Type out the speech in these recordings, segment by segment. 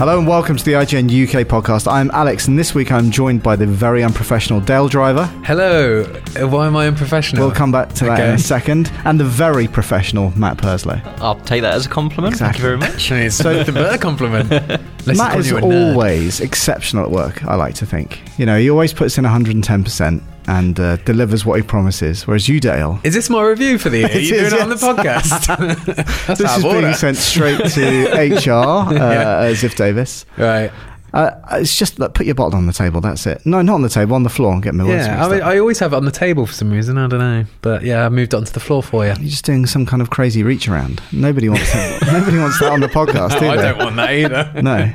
Hello and welcome to the IGN UK podcast. I'm Alex, and this week I'm joined by the very unprofessional Dale Driver. Hello. Uh, Why am I unprofessional? We'll come back to that in Okay. a second, and the very professional Matt Purslow. I'll take that as a compliment. Exactly. Thank you very much. It's So- nothing but a compliment. Matt Unless he calls is you a nerd. always exceptional at work, I like to think. You know, he always puts in 110% and uh, delivers what he promises, whereas you, Dale, Is this my review for the year? Are you doing is, it on the podcast? That's this out is of order. being sent straight to HR, uh, Yeah. as if Davis. Right. Uh, it's just like, put your bottle on the table. That's it. No, not on the table, on the floor. and Get my words Yeah, mixed I, mean, up. I always have it on the table for some reason. I don't know. But yeah, I moved it onto the floor for you. You're just doing some kind of crazy reach around. Nobody wants that, nobody wants that on the podcast, do I they? don't want that either. No.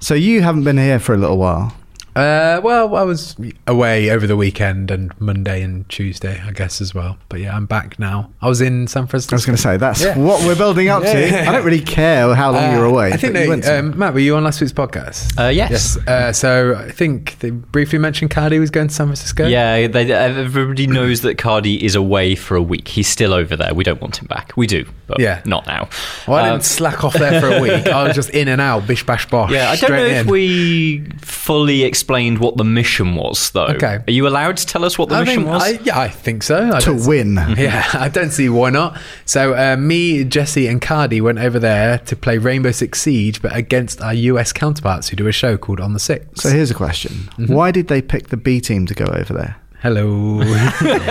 So you haven't been here for a little while. Uh, well, I was away over the weekend and Monday and Tuesday, I guess, as well. But yeah, I'm back now. I was in San I Francisco. was going to say that's Yeah. what we're building up to. Yeah. I don't really care how long Uh, you're away. I think but you they, went to- um, Matt, were you on last week's podcast? Uh, yes. Uh, so I think they briefly mentioned Cardi was going to San Francisco. Yeah, they, everybody knows that Cardi is away for a week. He's still over there. We don't want him back. We do, but Yeah. not now. Well, I didn't Um, slack off there for a week. I was just in and out, bish bash bosh. yeah, I don't Oh, straight know if in. we fully explained what the mission was, though. Okay. Are you allowed to tell us what the I mission think, was? I, yeah, I think so. I to don't see- win. Yeah, I don't see why not. So, uh, me, Jesse, and Cardi went over there to play Rainbow Six Siege, but against our US counterparts who do a show called On the Six. So here's a question: Mm-hmm. Why did they pick the B team to go over there? Hello.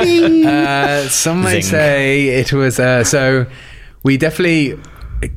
uh, some might Zing. say it was uh, so. We definitely.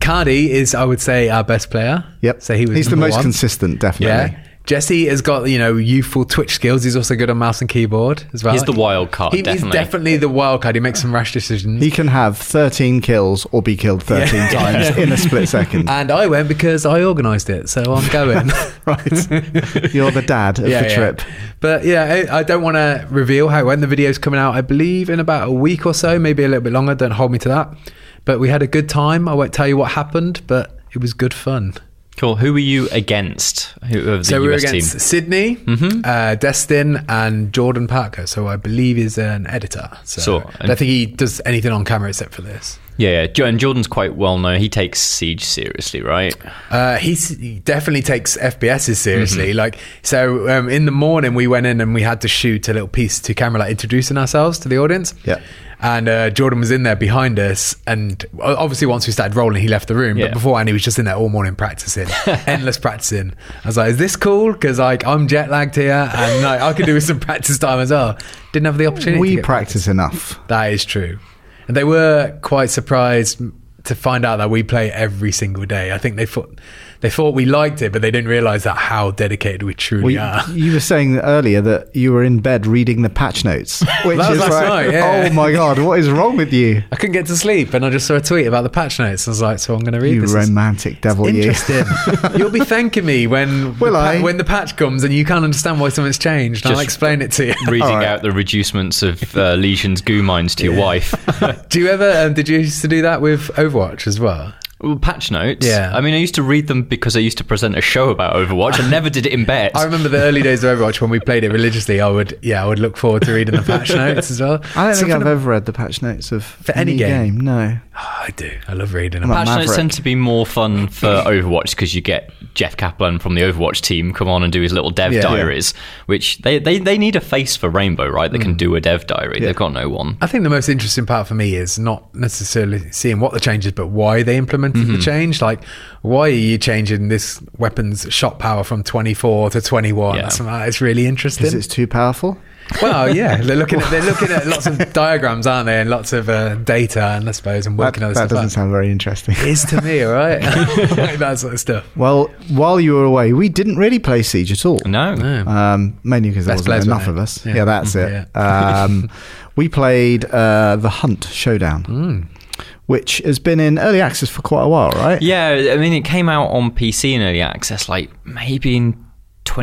Cardi is, I would say, our best player. Yep. So he was He's the number most one. consistent, definitely. Yeah. Jesse has got you know youthful Twitch skills. He's also good on mouse and keyboard as well. He's the wild card, He- definitely. He's definitely the wild card. He makes some rash decisions. He can have 13 kills or be killed 13 times in a split second. and I went because I organised it, so I'm going. right. You're the dad of the trip. But yeah, I, I don't want to reveal how when the video's coming out. I believe in about a week or so, maybe a little bit longer. Don't hold me to that. But we had a good time. I won't tell you what happened, but it was good fun. cool. Who were you against? Who of the so US we were team? against Sydney, uh, Destin, and Jordan Parker. So I believe is an editor. So, So, I don't think he does anything on camera except for this. Yeah, yeah. Jo- And Jordan's quite well known. He takes Siege seriously, right? Uh, he s- he definitely takes FPSs seriously. Mm-hmm. Like, so um, in the morning we went in and we had to shoot a little piece to camera, like introducing ourselves to the audience. Yeah. And uh, Jordan was in there behind us, and o- obviously once we started rolling, he left the room. Yeah. But beforehand, he was just in there all morning practicing, endless practicing. I was like, "Is this cool?" Because like I'm jet lagged here, and like I could do with some practice time as well. Didn't have the opportunity. to We get- practice enough. That is true, and they were quite surprised to find out that we play every single day. I think they thought they thought we liked it, but they didn't realize that how dedicated we truly Well, you- are. you, were saying that earlier that you were in bed reading the patch notes, which That was is last like, night, yeah. oh my god, what is wrong with you? I couldn't get to sleep, and I just saw a tweet about the patch notes. I was like, "So I'm going to read You this." It's romantic devil, you. Interesting. You'll be thanking me when Will the pa- I? when the patch comes and you can't understand why something's changed. and I'll Just- explain it to you. Reading Alright. out the reducements of uh, Legion's goo mines to your wife. do you ever? Um, did you used to do that with Overwatch as well? Well, patch notes. Yeah. I mean, I used to read them because I used to present a show about Overwatch. I never did it in bed. I remember the early days of Overwatch when we played it religiously. I would, yeah, I would look forward to reading the patch notes as well. I don't think Something I've ever read the patch notes of for any game? No, Oh, I do. I love reading Come them. on. patch notes Maverick. tend to be more fun for Overwatch because you get Jeff Kaplan from the Overwatch team come on and do his little dev Yeah. diaries, which they, they, they need a face for Rainbow, right? That can Mm. do a dev diary. They've got no one. I think the most interesting part for me is not necessarily seeing what the change is, but why they implemented Mm-hmm. the change. Like, why are you changing this weapon's shot power from 24 to 21? Yeah. That's, that's really because interesting. it's too powerful. Well, yeah, they're looking at they're looking at lots of diagrams, aren't they, and lots of uh, data, and I suppose, and That, working other that stuff. doesn't out. sound very interesting. It is to me, all right? like that sort of stuff. Well, while you were away, we didn't really play Siege at Uh, all. No. Um, mainly because there wasn't Best players, enough weren't of they? us. Yeah, Yeah. that's Mhm, it. Um, we played uh, the Hunt Showdown, Mm. which has been in early access for quite a while, right? Yeah, I mean, it came out on PC in early access, like maybe in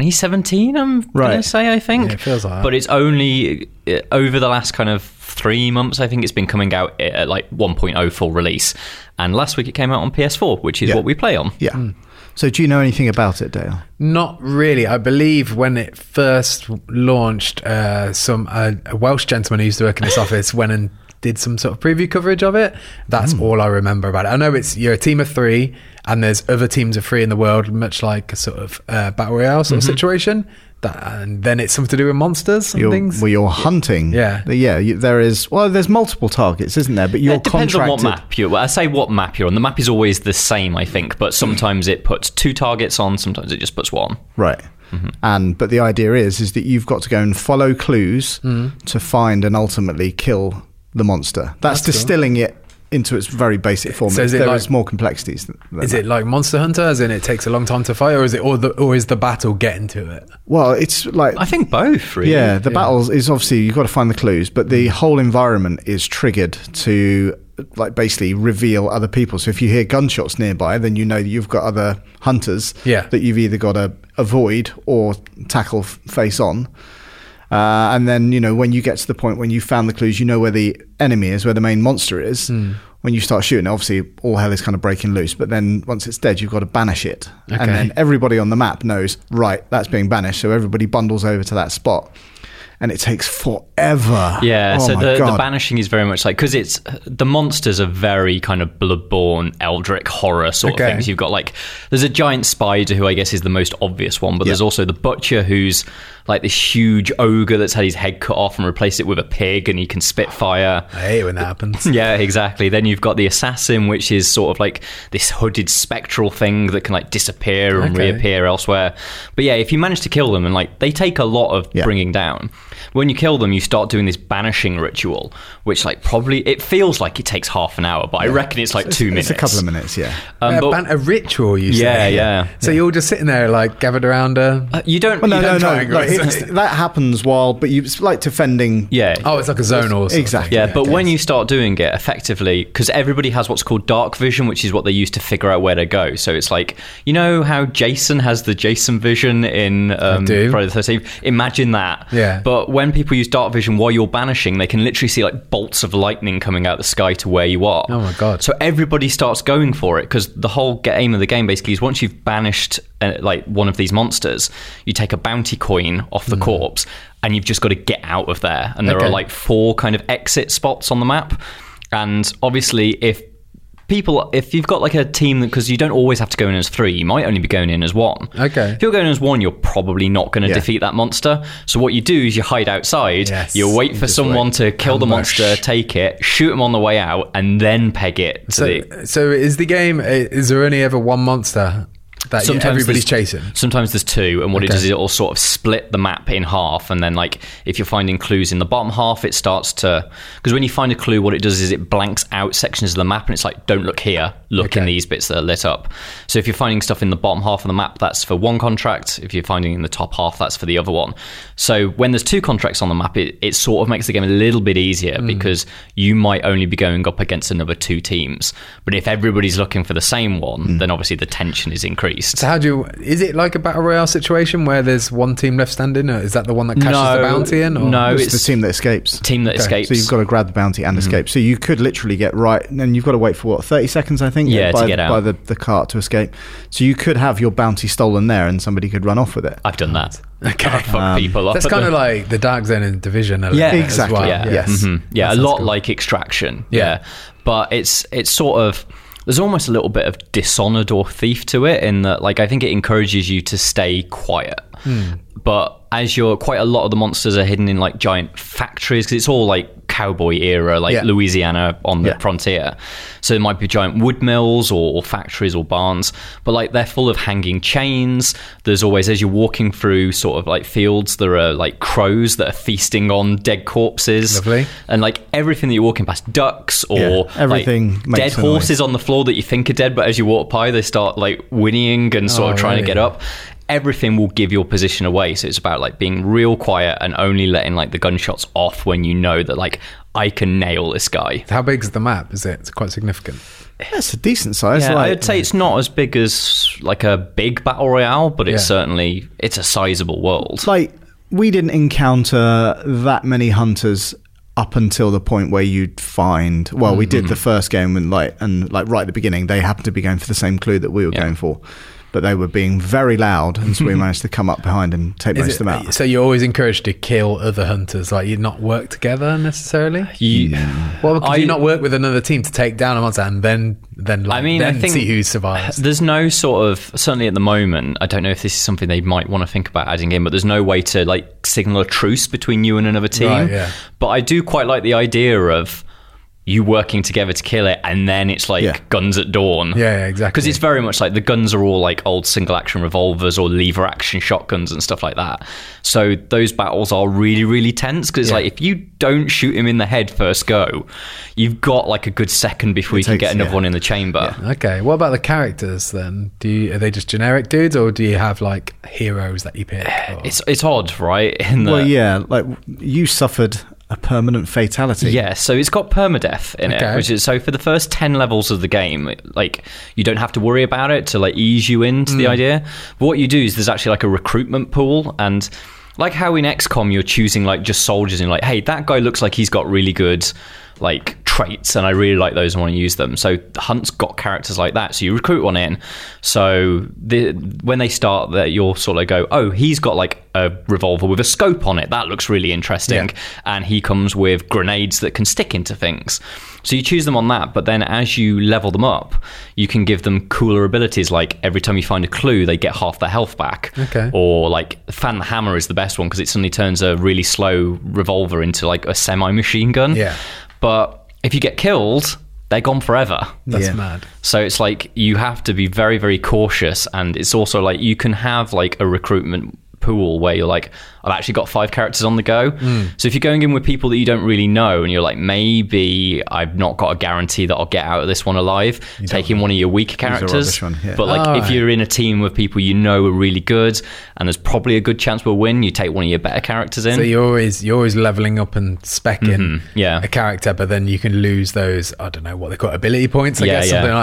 2017. I'm Right. gonna say, I think. Yeah, it feels like that. But it's only uh, over the last kind of three months. I think it's been coming out at at, like 1.0 full release, and last week it came out on PS4, which is Yeah. what we play on. Yeah. Hmm. So, do you know anything about it, Dale? Not really. I believe when it first launched, uh, some uh, a Welsh gentleman who used to work in this office went and did some sort of preview coverage of it. That's all I remember about it. I know it's you're a team of three, and there's other teams of three in the world, much like a sort of uh, battle royale sort of situation. That and then it's something to do with monsters and You're, things. well, you're hunting. Yeah. yeah. You, there is. Well, there's multiple targets, isn't there? But you're it depends contracted. on what map you're. Well, I say what map you're on. The map is always the same, I think, but sometimes it puts two targets on, sometimes it just puts one. Right. Mm-hmm. And but the idea is is that you've got to go and follow clues Mm. to find and ultimately kill the monster. That's, cool. distilling it into its very basic form. So is it there like- is more complexities. Than than is that. it like Monster Hunter, as in it takes a long time to fight, or is it or the or is the battle getting to it? Well, it's like I think both, really. yeah, the battles is obviously you've got to find the clues, but the whole environment is triggered to like basically reveal other people. So if you hear gunshots nearby, then you know that you've got other hunters Yeah. that you've either got to avoid or tackle f- face on. Uh, and then you know when you get to the point when you found the clues, you know where the enemy is, where the main monster is. Hmm. When you start shooting, obviously all hell is kind of breaking loose. But then once it's dead, you've got to banish it, Okay. and then everybody on the map knows right that's being banished. So everybody bundles over to that spot, and it takes forever. Yeah, Oh so my the, the God. banishing is very much like because it's the monsters are very kind of bloodborne, eldritch horror sort Okay. of things. You've got like there's a giant spider who I guess is the most obvious one, but there's also the butcher who's like this huge ogre that's had his head cut off and replaced it with a pig, and he can spit fire. I hate when that happens. Yeah, exactly. Then you've got the assassin, which is sort of like this hooded spectral thing that can like disappear and Okay. reappear elsewhere. But yeah, if you manage to kill them, and like they take a lot of Yeah. bringing down. When you kill them, you start doing this banishing ritual, which like probably it feels like it takes half an hour, but I reckon it's like two minutes. It's a couple of minutes. Yeah. Um, a, but- ban- a Uh, ritual, you Yeah, say. yeah. So you're all just sitting there, like gathered around a. Uh, you don't. Well, no, you no, don't no. try and go like, it- it- that happens while, but you it's like defending. Yeah. Oh, it's like a zone or something. Exactly. Yeah, but when you start doing it effectively, because everybody has what's called dark vision, which is what they use to figure out where to go. So it's like you know how Jason has the Jason vision in um, do. Friday the Thirteenth. Imagine that. Yeah. But when people use dark vision while you're banishing, they can literally see like bolts of lightning coming out the sky to where you are. Oh my God. So everybody starts going for it because the whole game of the game basically is once you've banished uh, like one of these monsters, you take a bounty coin off the corpse and you've just got to get out of there. And there Hmm. Okay. are like four kind of exit spots on the map. And obviously, if people, if you've got like a team, because you don't always have to go in as three, you might only be going in as one. Okay. If you're going in as one, you're probably not going to Yeah. defeat that monster. So what you do is you hide outside, Yes. you wait You for just someone wait. to kill the Ambush. monster, take it, shoot him on the way out, and then peg it to So, the. so is the game? uh, Is there only ever one monster that you- everybody's there's- chasing? Sometimes there's two, and what it Okay. does is it'll sort of split the map in half, and then like if you're finding clues in the bottom half, it starts to because when you find a clue, what it does is it blanks out sections of the map, and it's like don't look here, look in Okay. these bits that are lit up. So if you're finding stuff in the bottom half of the map, that's for one contract. If you're finding in the top half, that's for the other one. So when there's two contracts on the map, it, it sort of makes the game a little bit easier Mm. because you might only be going up against another two teams. But if everybody's looking for the same one, Mm. then obviously the tension is increased. So how do you? Is it like a battle royale situation where there's one team left standing? Or is that the one that cashes the bounty in? Or? No, It's, it's the team that escapes. team that escapes. So you've got to grab the bounty and Mm-hmm. escape. So you could literally get right, and you've got to wait for what thirty seconds, I think, Yeah, to by, get out. by the, the cart to escape. So you could have your bounty stolen there, and somebody could run off with it. I've done that. Okay. I Oh, fuck Um, people up. That's at kind the- of like the dark zone in division. A little Yeah, bit as exactly, well. yeah, yes. mhm. yeah, a sounds lot cool. like extraction. Yeah. Yeah. but it's it's sort of there's almost a little bit of dishonored or thief to it in that like I think it encourages you to stay quiet, Hmm. but as you're quite a lot of the monsters are hidden in like giant factories because it's all like cowboy era like Yeah. Louisiana on the Yeah. frontier. So there might be giant wood mills or, or factories or barns, but like they're full of hanging chains. There's always, as you're walking through sort of like fields, there are like crows that are feasting on dead corpses. Lovely. And like everything that you're walking past, ducks or Yeah, like, everything makes dead a noise. horses on the floor that you think are dead, but as you walk by, they start like whinnying and sort Oh, of trying really? to get up. Everything will give your position away, so it's about like being real quiet and only letting like the gunshots off when you know that like I can nail this guy. How big's the map? Is it? It's quite significant. That's a decent size. Yeah, like, I'd say it's not as big as like a big battle royale, but it's Yeah. certainly it's a sizable world. It's like we didn't encounter that many hunters up until the point where you'd find well Mm-hmm. we did the first game and like and like right at the beginning they happened to be going for the same clue that we were Yeah. going for but they were being very loud, and so we managed to come up behind and take most Is of them out. it, so you're always encouraged to kill other hunters, like you not work together necessarily. You, Well, could I- you not work with another team to take down a monster and then then like, I mean, then I think see who survives? There's no sort of certainly at the moment. I don't know if this is something they might want to think about adding in, but there's no way to like signal a truce between you and another team. Right, yeah. But I do quite like the idea of you working together to kill it, and then it's like Yeah. guns at dawn. Yeah, yeah, exactly. Because it's very much like the guns are all like old single action revolvers or lever action shotguns and stuff like that. So those battles are really, really tense because like if you don't shoot him in the head first go, you've got like a good second before you can takes- get another yeah. one in the chamber. Okay, what about the characters then? Do you, are they just generic dudes, or do you have like heroes that you pick? or- It's it's odd, right? In the, well, yeah, like you suffered a permanent fatality. Yeah, so it's got permadeath in Okay. it, which is so for the first ten levels of the game, like you don't have to worry about it to like ease you into the idea. But what you do is there's actually like a recruitment pool and like how in XCOM you're choosing like just soldiers and you're like, hey, that guy looks like he's got really good like traits and I really like those and want to use them. So Hunt's got characters like that. So you recruit one in. So the, when they start that you'll sort of go, oh, he's got like a revolver with a scope on it. That looks really interesting. And he comes with grenades that can stick into things. So you choose them on that, but then as you level them up, you can give them cooler abilities. Like every time you find a clue, they get half their health back. Okay. Or like fan the hammer is the best one because it suddenly turns a really slow revolver into like a semi machine gun. Yeah. But if you get killed, they're gone forever. That's Yeah. mad. So it's like you have to be very, very cautious. And it's also like you can have like a recruitment pool where you're like, I've actually got five characters on the go. Mm. So if you're going in with people that you don't really know and you're like, maybe I've not got a guarantee that I'll get out of this one alive, taking one of your weaker characters. rubbish one, yeah. But like Oh, if right. you're in a team with people you know are really good and there's probably a good chance we'll win, you take one of your better characters in. So you're always you're always leveling up and specking Mm-hmm, yeah. a character, but then you can lose those I don't know what they call it, ability points, I Yeah, guess yeah. Mm-hmm. something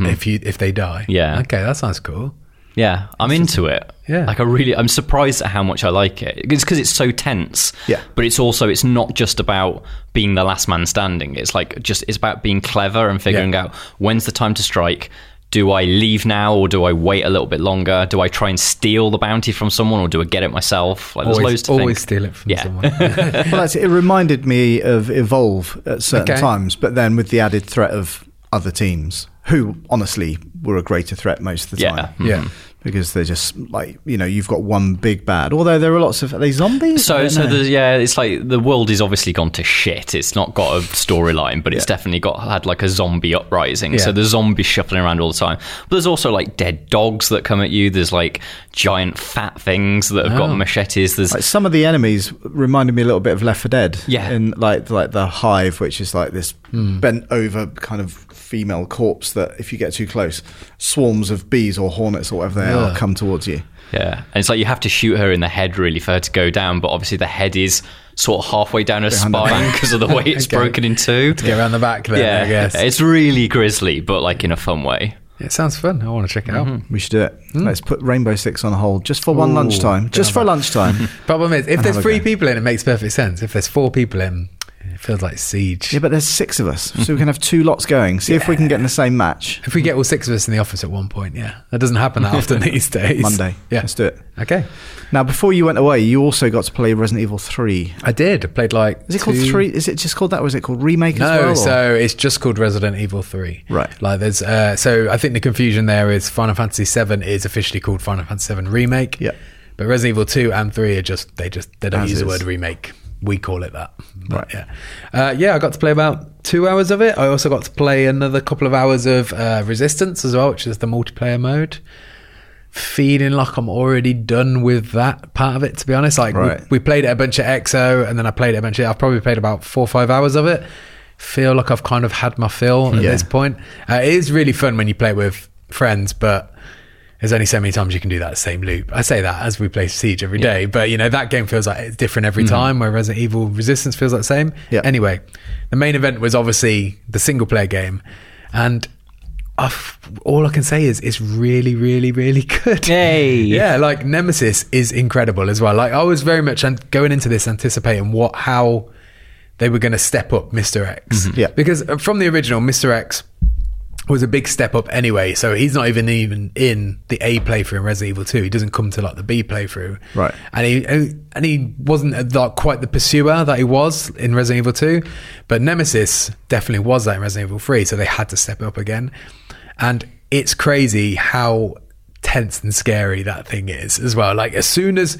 like that if you if they die. Yeah. Okay, that sounds cool. Yeah, I'm into it. Yeah. like I really, I'm surprised at how much I like it. It's because it's so tense. Yeah. but it's also it's not just about being the last man standing. It's like just it's about being clever and figuring Yeah. out when's the time to strike. Do I leave now or do I wait a little bit longer? Do I try and steal the bounty from someone or do I get it myself? Like there's always loads to always think. steal it from Yeah. someone. well, that's, it reminded me of Evolve at certain Okay. times, but then with the added threat of other teams who, honestly, were a greater threat most of the Yeah. Hmm. time. yeah. Because they're just like you know you've got one big bad. Although there are lots of are they zombies. I So, don't so know. the, yeah, it's like the world is obviously gone to shit. It's not got a storyline, but it's definitely got had like a zombie uprising. Yeah. So there's zombies shuffling around all the time. But there's also like dead dogs that come at you. There's like giant fat things that have Oh. got machetes. There's Like some of the enemies reminded me a little bit of Left 4 Dead. Yeah. In like like the hive, which is like this Hmm. bent over kind of female corpse that if you get too close, swarms of bees or hornets or whatever they are come towards you. yeah, and it's like you have to shoot her in the head really for her to go down. But obviously the head is sort of halfway down her Behind the spine because of the way it's Okay. broken in two. Get around the back there, yeah, I guess. it's really grisly, but like in a fun way. It sounds fun. I want to check it out. Mm-hmm. We should do it. Hmm. Let's put Rainbow Six on hold just for one lunchtime. Just for lunchtime. Problem is, if have there's a three go. people in, it makes perfect sense. If there's four people in, it feels like siege. yeah, but there's six of us, so we can have two lots going. See if we can get in the same match If we get all six of us in the office at one point, yeah, that doesn't happen that often these days. Monday. yeah. Let's do it. Okay, Now, before you went away, you also got to play Resident Evil 3. I did. I played like Is it called two- 3? Is it just called that, or is it called Remake No, as well? or- so it's just called Resident Evil Three. Right. Like there's uh, so I think the confusion there is Final Fantasy Seven is officially called Final Fantasy Seven Remake. Yeah. But Resident Evil Two and Three are just they just they don't As use the is. word remake. We call it that. But, Yeah. Uh, yeah, I got to play about two hours of it. I also got to play another couple of hours of uh, Resistance as well, which is the multiplayer mode. Feeling like I'm already done with that part of it, to be honest. Like we- Right. we played it a bunch at EXO, and then I played it a bunch. Of, I've probably played about four or five hours of it. Feel like I've kind of had my fill at Yeah. this point. Uh, it is really fun when you play it with friends, but there's only so many times you can do that same loop. I say that as we play Siege every day, but you know that game feels like it's different every time. Where Resident Evil Resistance feels like the same. Mm-hmm. Yeah. Anyway, the main event was obviously the single player game, and. I've, all I can say is it's really, really, really good. Yay. Yeah, like Nemesis is incredible as well. Like I was very much an- going into this anticipating what how they were going to step up Mr. X. Yeah. Because uh, from the original Mr. X was a big step up anyway. So he's not even even in the A playthrough in Resident Evil Two. He doesn't come to like the B playthrough, Right. And he and he wasn't like quite the pursuer that he was in Resident Evil Two, but Nemesis definitely was that in Resident Evil Three. So they had to step it up again, and it's crazy how tense and scary that thing is as well. Like as soon as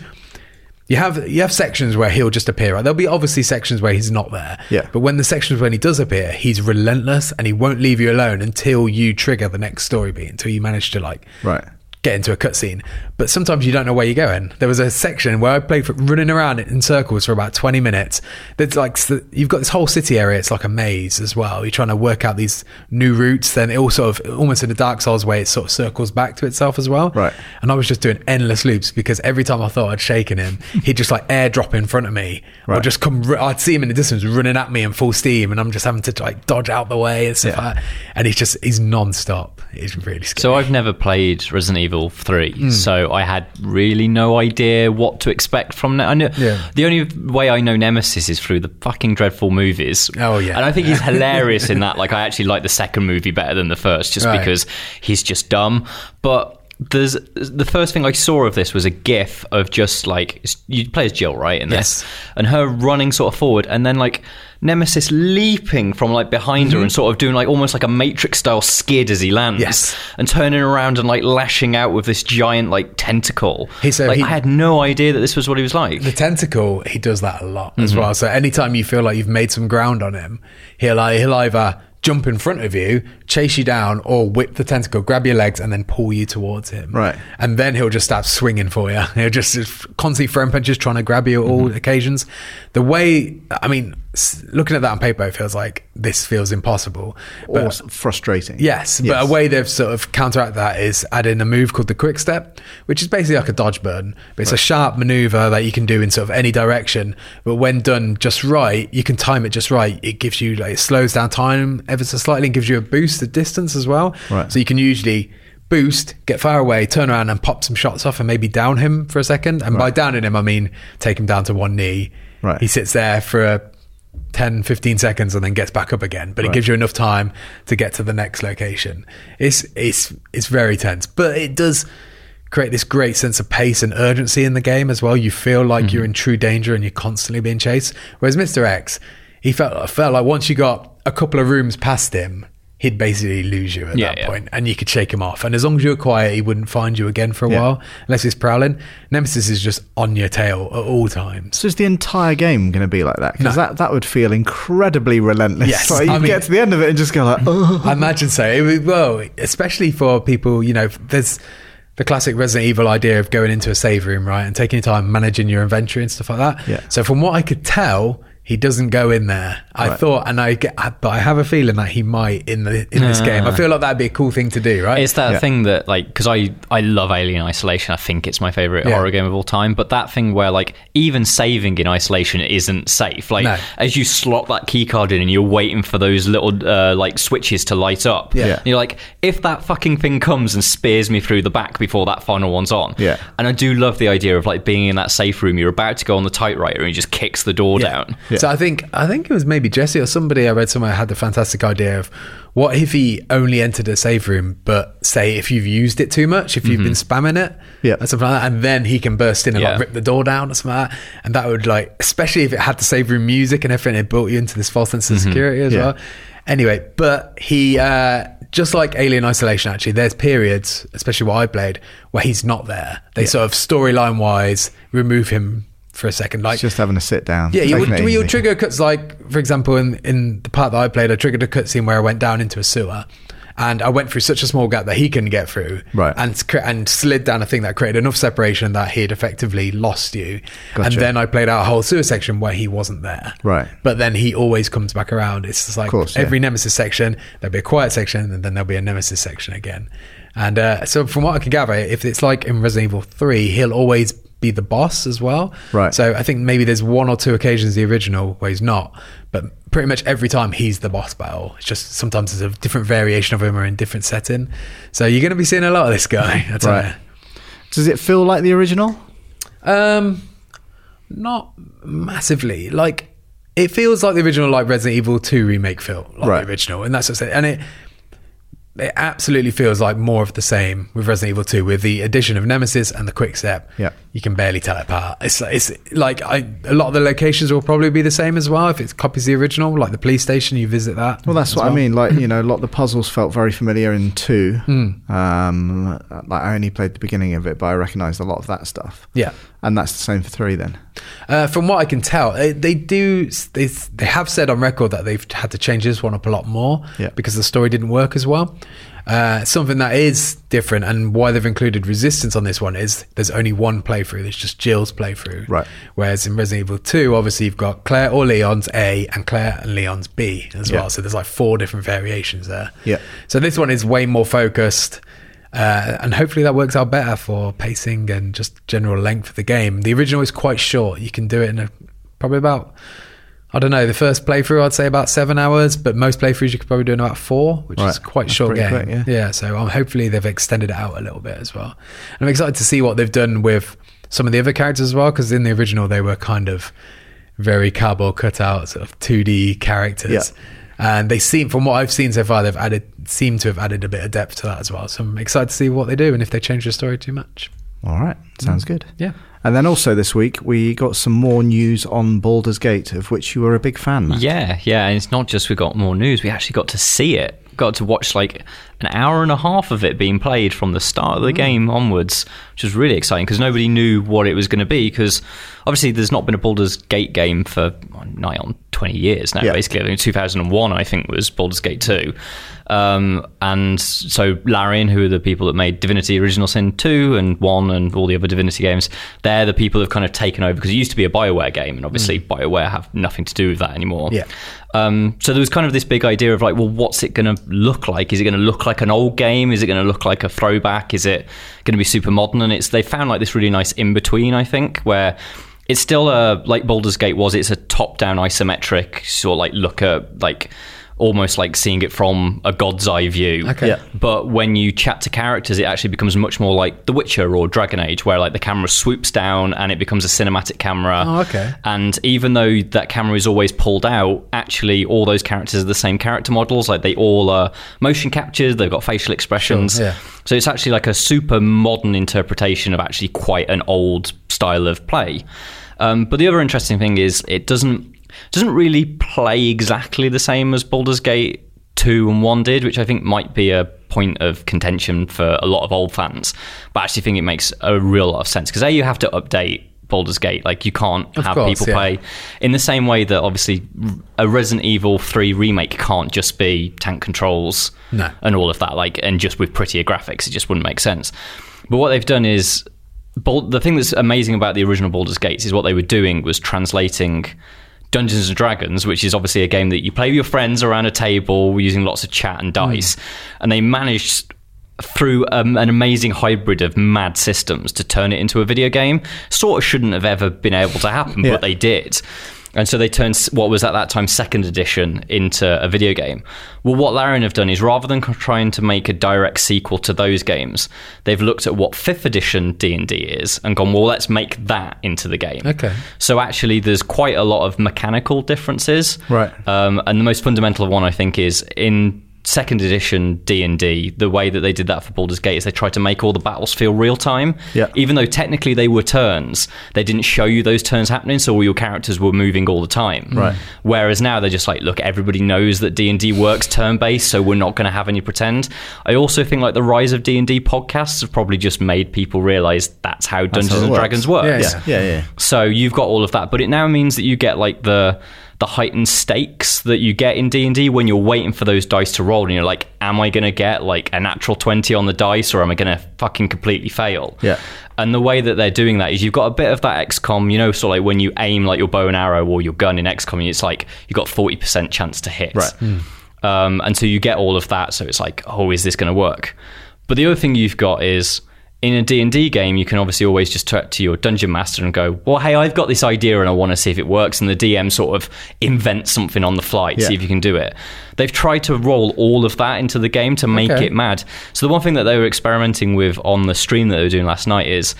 you have you have sections where he'll just appear. Right? There'll be obviously sections where he's not there. Yeah. But when the sections when he does appear, he's relentless and he won't leave you alone until you trigger the next story beat, until you manage to like Right. get into a cutscene. But sometimes you don't know where you're going. There was a section where I played for running around in circles for about 20 minutes. That's like s- you've got this whole city area. It's like a maze as well. You're trying to work out these new routes. Then it all sort of almost in the Dark Souls way, it sort of circles back to itself as well. Right. And I was just doing endless loops because every time I thought I'd shaken him, he'd just like airdrop in front of me or Right. just come. ru- I'd see him in the distance running at me in full steam, and I'm just having to like dodge out the way and stuff. Yeah. Like that. And he's just he's non-stop. It's really scary. So I've never played Resident Evil Three, Hmm. so I had really no idea what to expect from. Ne- I know Yeah. the only way I know Nemesis is through the fucking dreadful movies. Oh, yeah. and I think he's hilarious in that. Like I actually like the second movie better than the first, just Right. because he's just dumb. But there's the first thing I saw of this was a GIF of just like you play as Jill, right? In Yes. this, and her running sort of forward, and then like. Nemesis leaping from like behind Mm-hmm. her and sort of doing like almost like a Matrix style skid as he lands Yes. and turning around and like lashing out with this giant like tentacle. He said like he- I had no idea that this was what he was like. the tentacle he does that a lot as Mm-hmm. well so anytime you feel like you've made some ground on him he'll, uh, he'll either jump in front of you chase you down or whip the tentacle grab your legs and then pull you towards him Right. and then he'll just start swinging for you he'll just, just constantly throwing punches trying to grab you at all Mm-hmm. occasions the way i mean s- looking at that on paper it feels like this feels impossible Or but s- frustrating. Yes, but a way they've sort of counteract that is add in a move called the quick step, which is basically like a dodge burn, but it's a sharp maneuver that you can do in sort of any direction. But when done just right, you can time it just right. It gives you like it slows down time ever so slightly and gives you a boost of distance as well. Right. So you can usually boost, get far away, turn around and pop some shots off and maybe down him for a second. And by downing him, I mean take him down to one knee. Right. He sits there for a 10 15 seconds and then gets back up again but it gives you enough time to get to the next location it's it's it's very tense but it does create this great sense of pace and urgency in the game as well you feel like you're in true danger and you're constantly being chased whereas mr x he felt felt like once you got a couple of rooms past him he'd basically lose you at Yeah, that yeah. point and you could shake him off and as long as you were quiet he wouldn't find you again for a Yeah. while unless he's prowling nemesis is just on your tail at all times So is the entire game going to be like that? Because No. that, that would feel incredibly relentless. Yes, Like, you I mean- get to the end of it and just go like, oh. I imagine so. It would, well, especially for people, you know, there's the classic Resident Evil idea of going into a save room, right, and taking your time managing your inventory and stuff like that. Yeah. So from what I could tell, he doesn't go in there. I Right. thought, and I, get, I- but I have a feeling that he might in the in this game. I feel like that'd be a cool thing to do, right? It's that Yeah. thing that like because I I love Alien Isolation. I think it's my favorite Yeah. horror game of all time. But that thing where like even saving in isolation isn't safe. Like No. as you slot that key card in and you're waiting for those little uh, like switches to light up. Yeah. Yeah. You're like if that fucking thing comes and spears me through the back before that final one's on. Yeah. And I do love the idea of like being in that safe room. You're about to go on the typewriter and he just kicks the door down. Yeah. So I think I think it was maybe Jesse or somebody I read somewhere had the fantastic idea of what if he only entered a save room, but say if you've used it too much, if you've been spamming it, Yeah. and something like that, and then he can burst in and like Yeah. rip the door down or something like that, and that would like especially if it had the save room music and everything, it built you into this false sense of security as Yeah. well. Anyway, but he uh, just like Alien Isolation. Actually, there's periods, especially what I played, where he's not there. They sort of storyline wise remove him for a second, like just having a sit down. yeah, you Taking would, it you'll easy. trigger cuts like, for example, in, in the part that I played, I triggered a cutscene where I went down into a sewer, and I went through such a small gap that he couldn't get through, Right. And cr- and slid down a thing that created enough separation that he had effectively lost you, and Gotcha. then I played out a whole sewer section where he wasn't there, Right. But then he always comes back around. It's just like course, yeah. every nemesis section, there'll be a quiet section, and then there'll be a nemesis section again. And uh, so, from what I can gather, if it's like in Resident Evil Three, he'll always be the boss as well, Right. So I think maybe there's one or two occasions the original where he's not, but pretty much every time he's the boss battle. It's just sometimes there's a different variation of him or in different setting. So you're going to be seeing a lot of this guy. I tell Right. Does it feel like the original? you. Um, not massively. Like it feels like the original, like Resident Evil Two remake felt like Right. the original, and that's what I said. And it it absolutely feels like more of the same with Resident Evil 2 with the addition of Nemesis and the quick step. Yeah. You can barely tell it apart. It's like, it's like I, a lot of the locations will probably be the same as well if it copies the original, like the police station, you visit that. Well, that's as what I mean. Like you know, a lot of the puzzles felt very familiar in two. Hmm. Um, like I only played the beginning of it, but I recognised a lot of that stuff. Yeah. and that's the same for three. Then Uh, from what I can tell, they, they do. They, they have said on record that they've had to change this one up a lot more Yeah. because the story didn't work as well. Uh, something that is different and why they've included resistance on this one is there's only one playthrough. There's just Jill's playthrough. Right. Whereas in Resident Evil 2, obviously you've got Claire or Leon's A and Claire and Leon's B as Yeah. well. So there's like four different variations there. Yeah. So this one is way more focused, uh, and hopefully that works out better for pacing and just general length of the game. The original is quite short. You can do it in a, probably about I don't know the first playthrough I'd say about seven hours, but most playthroughs you could probably do in about four, which is Right. quite That's short pretty game. quick, yeah. Yeah, so um, hopefully they've extended it out a little bit as well. And I'm excited to see what they've done with some of the other characters as well, because in the original they were kind of very cardboard cutout sort of 2D characters. Yeah. And they seem, from what I've seen so far, they've added seem to have added a bit of depth to that as well. So I'm excited to see what they do and if they change the story too much. all right, Hmm. sounds good. Yeah. And then also this week we got some more news on Baldur's Gate, of which you were a big fan. Matt. Yeah, yeah. And it's not just we got more news; we actually got to see it. Got to watch like an hour and a half of it being played from the start of the game onwards, which was really exciting because nobody knew what it was going to be. Because obviously, there's not been a Baldur's Gate game for oh, nigh on 20 years now. Yeah. Basically, I think 2001, I think, was Baldur's Gate 2. Um, and so, Larian, who are the people that made Divinity Original Sin 2 and 1 and all the other Divinity games, they're the people that have kind of taken over because it used to be a BioWare game, and obviously, BioWare have nothing to do with that anymore. Yeah. Um, so there was kind of this big idea of like, well, what's it going to look like? Is it going to look like an old game? Is it going to look like a throwback? Is it going to be super modern? And it's they found like this really nice in between, I think, where it's still a like Baldur's Gate was. It's a top-down isometric sort of like look at like almost like seeing it from a god's eye view. Okay. Yeah. But when you chat to characters, it actually becomes much more like The Witcher or Dragon Age, where like the camera swoops down and it becomes a cinematic camera. Oh, okay. And even though that camera is always pulled out, actually all those characters are the same character models. Like they all are motion captured. They've got facial expressions. Sure, yeah. So it's actually like a super modern interpretation of actually quite an old style of play. Um, but the other interesting thing is it doesn't doesn't really play exactly the same as Baldur's Gate two and one did, which I think might be a point of contention for a lot of old fans. But I actually think it makes a real lot of sense because a you have to update Baldur's Gate, like you can't have course, people yeah. play in the same way that obviously a Resident Evil 3 remake can't just be tank controls No. and all of that, like, and just with prettier graphics, it just wouldn't make sense. But what they've done is, Bal- the thing that's amazing about the original Baldur's Gates is what they were doing was translating Dungeons and Dragons, which is obviously a game that you play with your friends around a table using lots of chat and dice, and they managed through um, an amazing hybrid of mad systems to turn it into a video game. Sort of shouldn't have ever been able to happen, Yeah. but they did. And so they turned s- what was at that time second edition into a video game. Well, what Larian have done is rather than c- trying to make a direct sequel to those games, they've looked at what fifth edition D and D is and gone, well, let's make that into the game. Okay. So actually, there's quite a lot of mechanical differences. Right. Um, and the most fundamental one, I think, is in second edition D&D, the way that they did that for Baldur's Gate is they tried to make all the battles feel real time. Yeah. Even though technically they were turns, they didn't show you those turns happening, so all your characters were moving all the time. Right. Whereas now they're just like, look, everybody knows that D&D works turn-based, so we're not going to have any pretend. I also think like the rise of D&D podcasts have probably just made people realize that's how Dungeons how it and works. Dragons works. Yeah, yeah, yeah, yeah. So you've got all of that, but it now means that you get like the the heightened stakes that you get in D&D when you're waiting for those dice to roll and you're like am I going to get like a natural 20 on the dice or am I going to fucking completely fail? Yeah. And the way that they're doing that is you've got a bit of that XCOM, you know, sort of like when you aim like your bow and arrow or your gun in XCOM, it's like you've got 40% chance to hit. Right. Um, and so you get all of that. So it's like, oh, is this going to work? But the other thing you've got is in a D&D game, you can obviously always just talk to your dungeon master and go, well, hey, I've got this idea and I want to see if it works. And the DM sort of invents something on the fly, to Yeah. see if you can do it. They've tried to roll all of that into the game to make Okay. it mad. So the one thing that they were experimenting with on the stream that they were doing last night is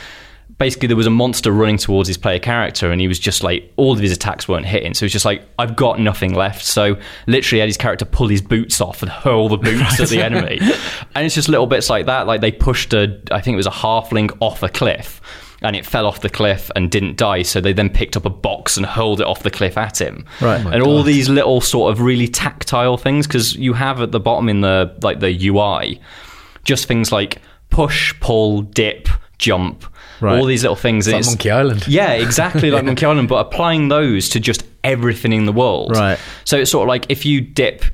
basically there was a monster running towards his player character and he was just like all of his attacks weren't hitting so he was just like i've got nothing left so literally had his character pull his boots off and hurl the boots at the enemy and it's just little bits like that like they pushed a i think it was a halfling off a cliff and it fell off the cliff and didn't die so they then picked up a box and hurled it off the cliff at him Right. Oh my and all these little sort of really tactile things because you have at the bottom in the like the ui just things like push pull dip jump Right. all these little things and like Monkey Island. yeah, exactly like Monkey Island, but applying those to just everything in the world. Right. So it's sort of like if you dip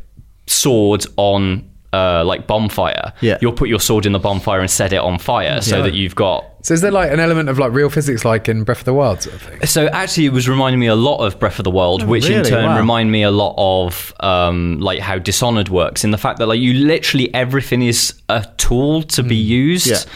swords on uh, like bonfire, Yeah. you'll put your sword in the bonfire and set it on fire so Yeah. that you've got. So is there like an element of like real physics, like in Breath of the Wild sort of thing? So actually, it was reminding me a lot of Breath of the Wild, which in Oh, really? turn Wow. remind me a lot of um, like how Dishonored works in the fact that like you literally everything is a tool to be used. Mm. Yeah.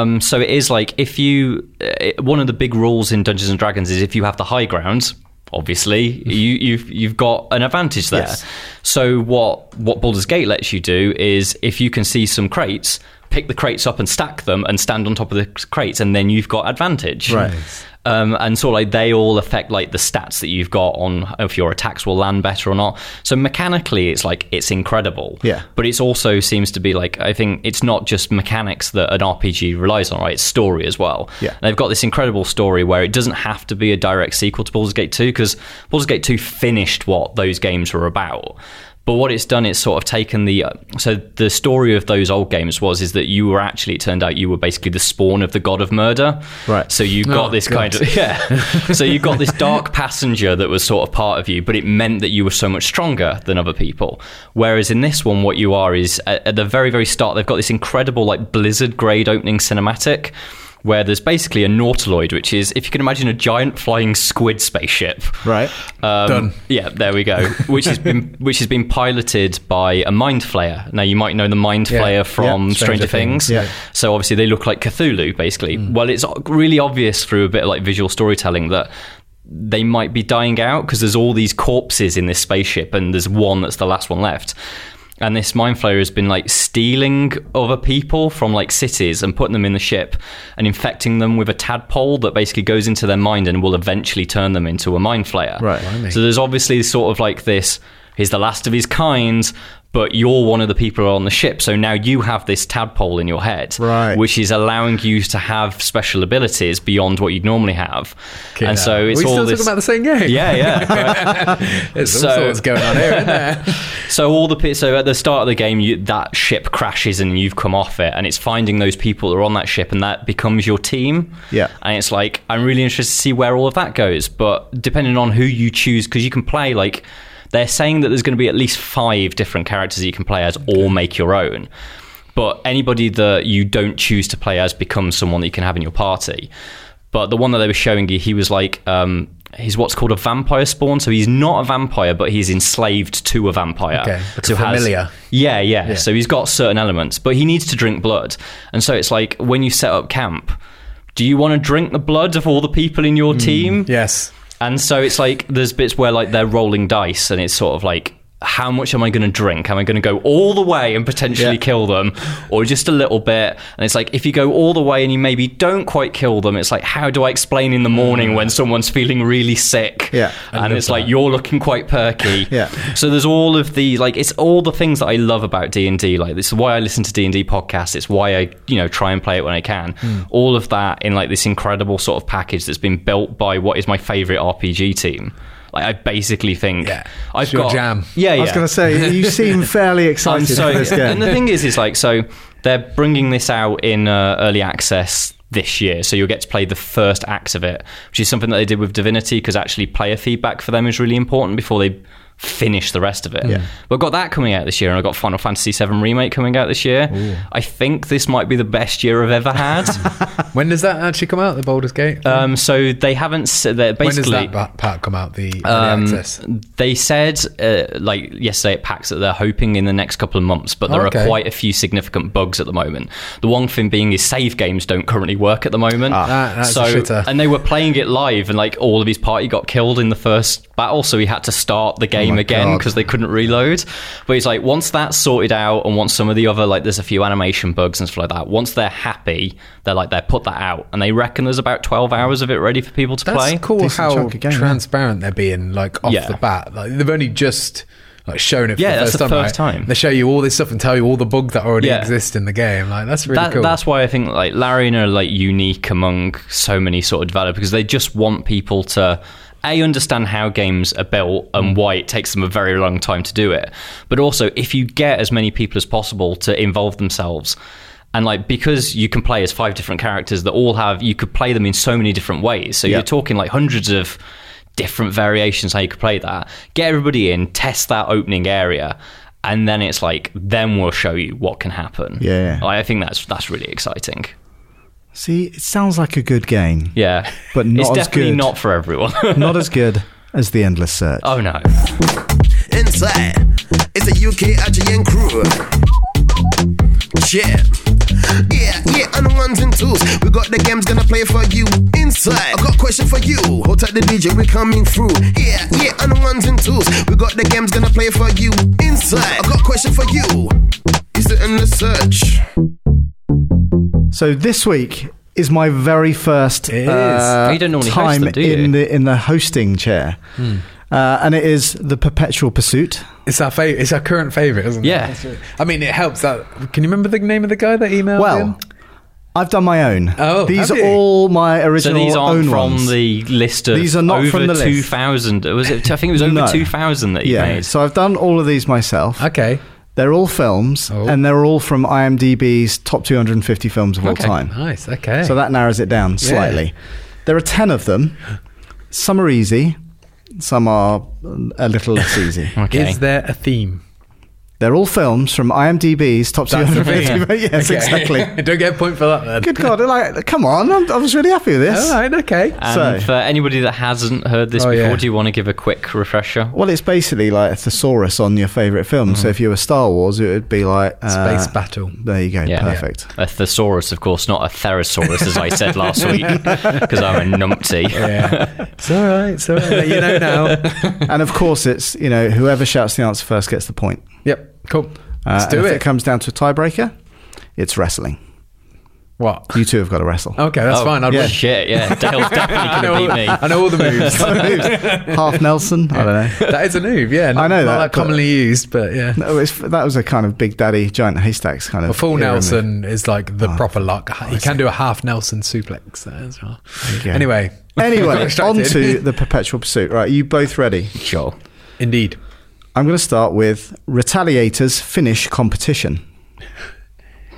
Um, so it is like if you uh, one of the big rules in Dungeons and Dragons is if you have the high ground, obviously you, you've you've got an advantage there. Mm-hmm. Yes. So what what Baldur's Gate lets you do is if you can see some crates, pick the crates up and stack them and stand on top of the crates, and then you've got advantage. Right. Um, and sort of like they all affect like the stats that you've got on if your attacks will land better or not. So mechanically, it's like it's incredible. Yeah. But it's also seems to be like I think it's not just mechanics that an RPG relies on, right? It's story as well. Yeah. And they've got this incredible story where it doesn't have to be a direct sequel to Baldur's Gate 2 because Baldur's Gate 2 finished what those games were about. But what it's done, it's sort of taken the uh, so the story of those old games was is that you were actually it turned out you were basically the spawn of the god of murder, Right. So you got Oh, this God. kind of yeah. so you got this dark passenger that was sort of part of you, but it meant that you were so much stronger than other people. Whereas in this one, what you are is at, at the very, very start, they've got this incredible, like, blizzard grade opening cinematic. Where there's basically a nautiloid, which is, if you can imagine, a giant flying squid spaceship. Right. Um, Done. Yeah, there we go. Which has been which has been piloted by a mind flayer. Now you might know the mind Yeah. flayer from Yeah. Mm. Stranger, Stranger Things. Things, yeah. So obviously they look like Cthulhu, basically. Well, it's really obvious through a bit of like visual storytelling that they might be dying out because there's all these corpses in this spaceship, and there's one that's the last one left. And this mind flayer has been like stealing other people from like cities and putting them in the ship and infecting them with a tadpole that basically goes into their mind and will eventually turn them into a mind flayer. Right. Blimey. So there's obviously sort of like this he's the last of his kind, but you're one of the people on the ship. So now you have this tadpole in your head, Right. which is allowing you to have special abilities beyond what you'd normally have. and so it's we all still this. talking about the same game. yeah, yeah. There's all So- sorts going on here, isn't there? so all the pe- so at the start of the game, you, that ship crashes and you've come off it, and it's finding those people that are on that ship, and that becomes your team. Yeah. and it's like I'm really interested to see where all of that goes. But depending on who you choose, because you can play like they're saying that there's going to be at least five different characters you can play as, or make your own. But anybody that you don't choose to play as becomes someone that you can have in your party. But the one that they were showing you, he was like, um, he's what's called a vampire spawn. So he's not a vampire, but he's enslaved to a vampire. Okay, like a So has- familiar. yeah, yeah, So he's got certain elements, but he needs to drink blood. And so it's like when you set up camp, do you want to drink the blood of all the people in Hmm. your team? Yes. And so it's like there's bits where like they're rolling dice and it's sort of like how much am I going to drink? Am I going to go all the way and potentially Yeah. kill them or just a little bit? And it's like if you go all the way and you maybe don't quite kill them, it's like how do I explain in the morning when someone's feeling really sick? Hmm. Yeah. And it's like you're looking quite perky. Yeah. So there's all of the like it's all the things that I love about D and D. Like this is why I listen to D and D podcasts. It's why I you know try and play it when I can. Hmm. All of that in like this incredible sort of package that's been built by what is my favorite RPG team. Like I basically think Yeah. I've It's your got jam. Yeah, yeah. I was going to say, you seem fairly I'm excited so- for this and the game. thing is, is like so they're bringing this out in uh, early access this year, so you'll get to play the first acts of it, which is something that they did with Divinity because actually player feedback for them is really important before they finish the rest of it. Yeah. But I've got that coming out this year, and I've got Final Fantasy VII remake coming out this year. I think this might be the best year I've ever had. When does that actually come out? The Baldur's Gate. um, so they haven't. s- They're when does basically that ba- part come out? The, the access. Um, They said, uh, like yesterday at PAX, that they're hoping in the next couple of months, but there Okay. are quite a few significant bugs at the moment. The one thing being is save games don't currently work at the moment. Ah, that's a so, shitter. and they were playing it live, and like all of his party got killed in the first battle, so he had to start Oh the game my again God. because they couldn't reload. But he's like, once that's sorted out, and once some of the other like, there's a few animation bugs and stuff like that. Once they're happy, they're like, they put that out, and they reckon there's about 12 hours of it ready for people to That's play. cool Decent how chunk of game, yeah. transparent they're being, like off Yeah. the bat. Like they've only just like shown it. For Yeah, the that's first the time, first right? time. They show you all this stuff and tell you all the bugs that already Yeah. exist in the game. Like that's really That, cool. That's why I think like Larian are like unique among so many sort of developers because they just want people to a understand how games are built Mm. and why it takes them a very long time to do it, but also if you get as many people as possible to involve themselves. And like because you can play as five different characters that all have you could play them in so many different ways. So Yeah. you're talking like hundreds of different variations how you could play that. Get everybody in, test that opening area, and then it's like then we'll show you what can happen. Yeah, yeah. Oh, I I think that's that's really exciting. See, it sounds like a good game, Yeah, But not it's as definitely good. not for everyone. not as good as the Endless Search. oh no, Inside, it's the UK IGN crew. Yeah. Yeah, yeah, and the ones and twos. We got the games gonna play for you. Inside, I got a question for you. Hold tight the DJ, we coming through. Yeah, yeah, and the ones and twos. We got the games gonna play for you. Inside, I got a question for you. Is it in the search? So this week is my very first It is. uh, You don't normally host time them, do you? Hmm. in the in the hosting chair, uh, and it is the Perpetual Pursuit. it's our favorite. It's our current favorite, isn't Yeah. it? That's really- I mean, it helps. That can you remember the name of the guy that emailed? in? Well, I've done my own. Oh, these have are you? all my so original these aren't own from ones. the list of These are not over from the list. two thousand. Was it? I think it was over No. two thousand that you yeah, made. so I've done all of these myself. Okay. They're all films, Oh. and they're all from IMDb's top 250 films of all Okay. time. Nice. Okay. So that narrows it down slightly. There are 10 of them. Some are easy, some are a little less easy. okay. Is there a theme? They're all films from IMDb's top That's the thing. 250. yes, Okay. exactly. Don't get a point for that. Then. Good God, like, come on! I'm, I was really happy with this. All right. Okay. and so- for anybody that hasn't heard this Oh, before, yeah. do you want to give a quick refresher? Well, it's basically like a thesaurus on your favorite film. So if you were Star Wars, it would be like uh, Mm-hmm. Space battle. There you go. Yeah. Perfect. A thesaurus, of course, not a therosaurus, as I said last week, because I'm a numpty. Yeah. it's all right. It's all right. You know now. and of course, it's you know whoever shouts the answer first gets the point. Yep. Cool. Uh, Let's and do if it. it comes down to a tiebreaker, it's wrestling. what? You two have got to wrestle. Okay, that's Oh, fine. I'd yeah. yeah. Shit, yeah, Dale's definitely know, going to beat me. I know all the moves. Half Nelson. I don't know. that is a move, yeah. Not, I know not that, like but- commonly used, but yeah. No, it's, that was a kind of big daddy, giant haystacks kind of. A full era move. Nelson is like the proper luck. You can do a half Nelson suplex there as well. go. Anyway, Got Anyway, on distracted. to the perpetual pursuit. Right, you both ready? Sure. indeed. I'm going to start with Retaliators Finish Competition.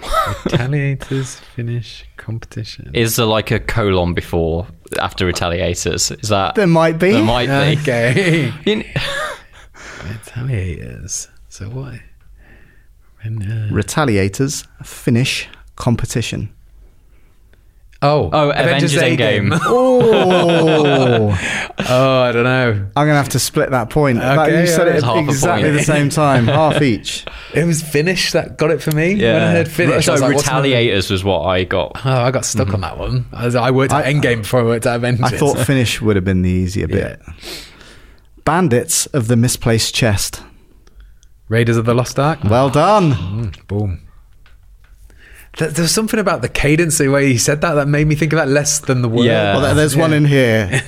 Retaliators finish competition. Is there like a colon before after retaliators? Is that There might be. There might be. okay. You kn- Retaliators. So what? When, uh, Retaliators Finish Competition. oh, Oh, Avengers, Endgame. Oh, oh, I don't know. I'm going to have to split that point. That- Okay, you said alright. it Half a at exactly point. the same time, half each. It was finish that got it for me. When I heard finish, So I was like, what's another- retaliators was what I got. Oh, I got stuck on that one. I, was- I worked at I- Endgame before I worked at Avengers. I thought Finish would have been the easier bit. Bandits of the Misplaced Chest. Raiders of the Lost Ark. Well done. Mm, boom. There, there was something about the cadence the way he said that that made me think of that less than the word. Yeah. Well, there- there's one in here,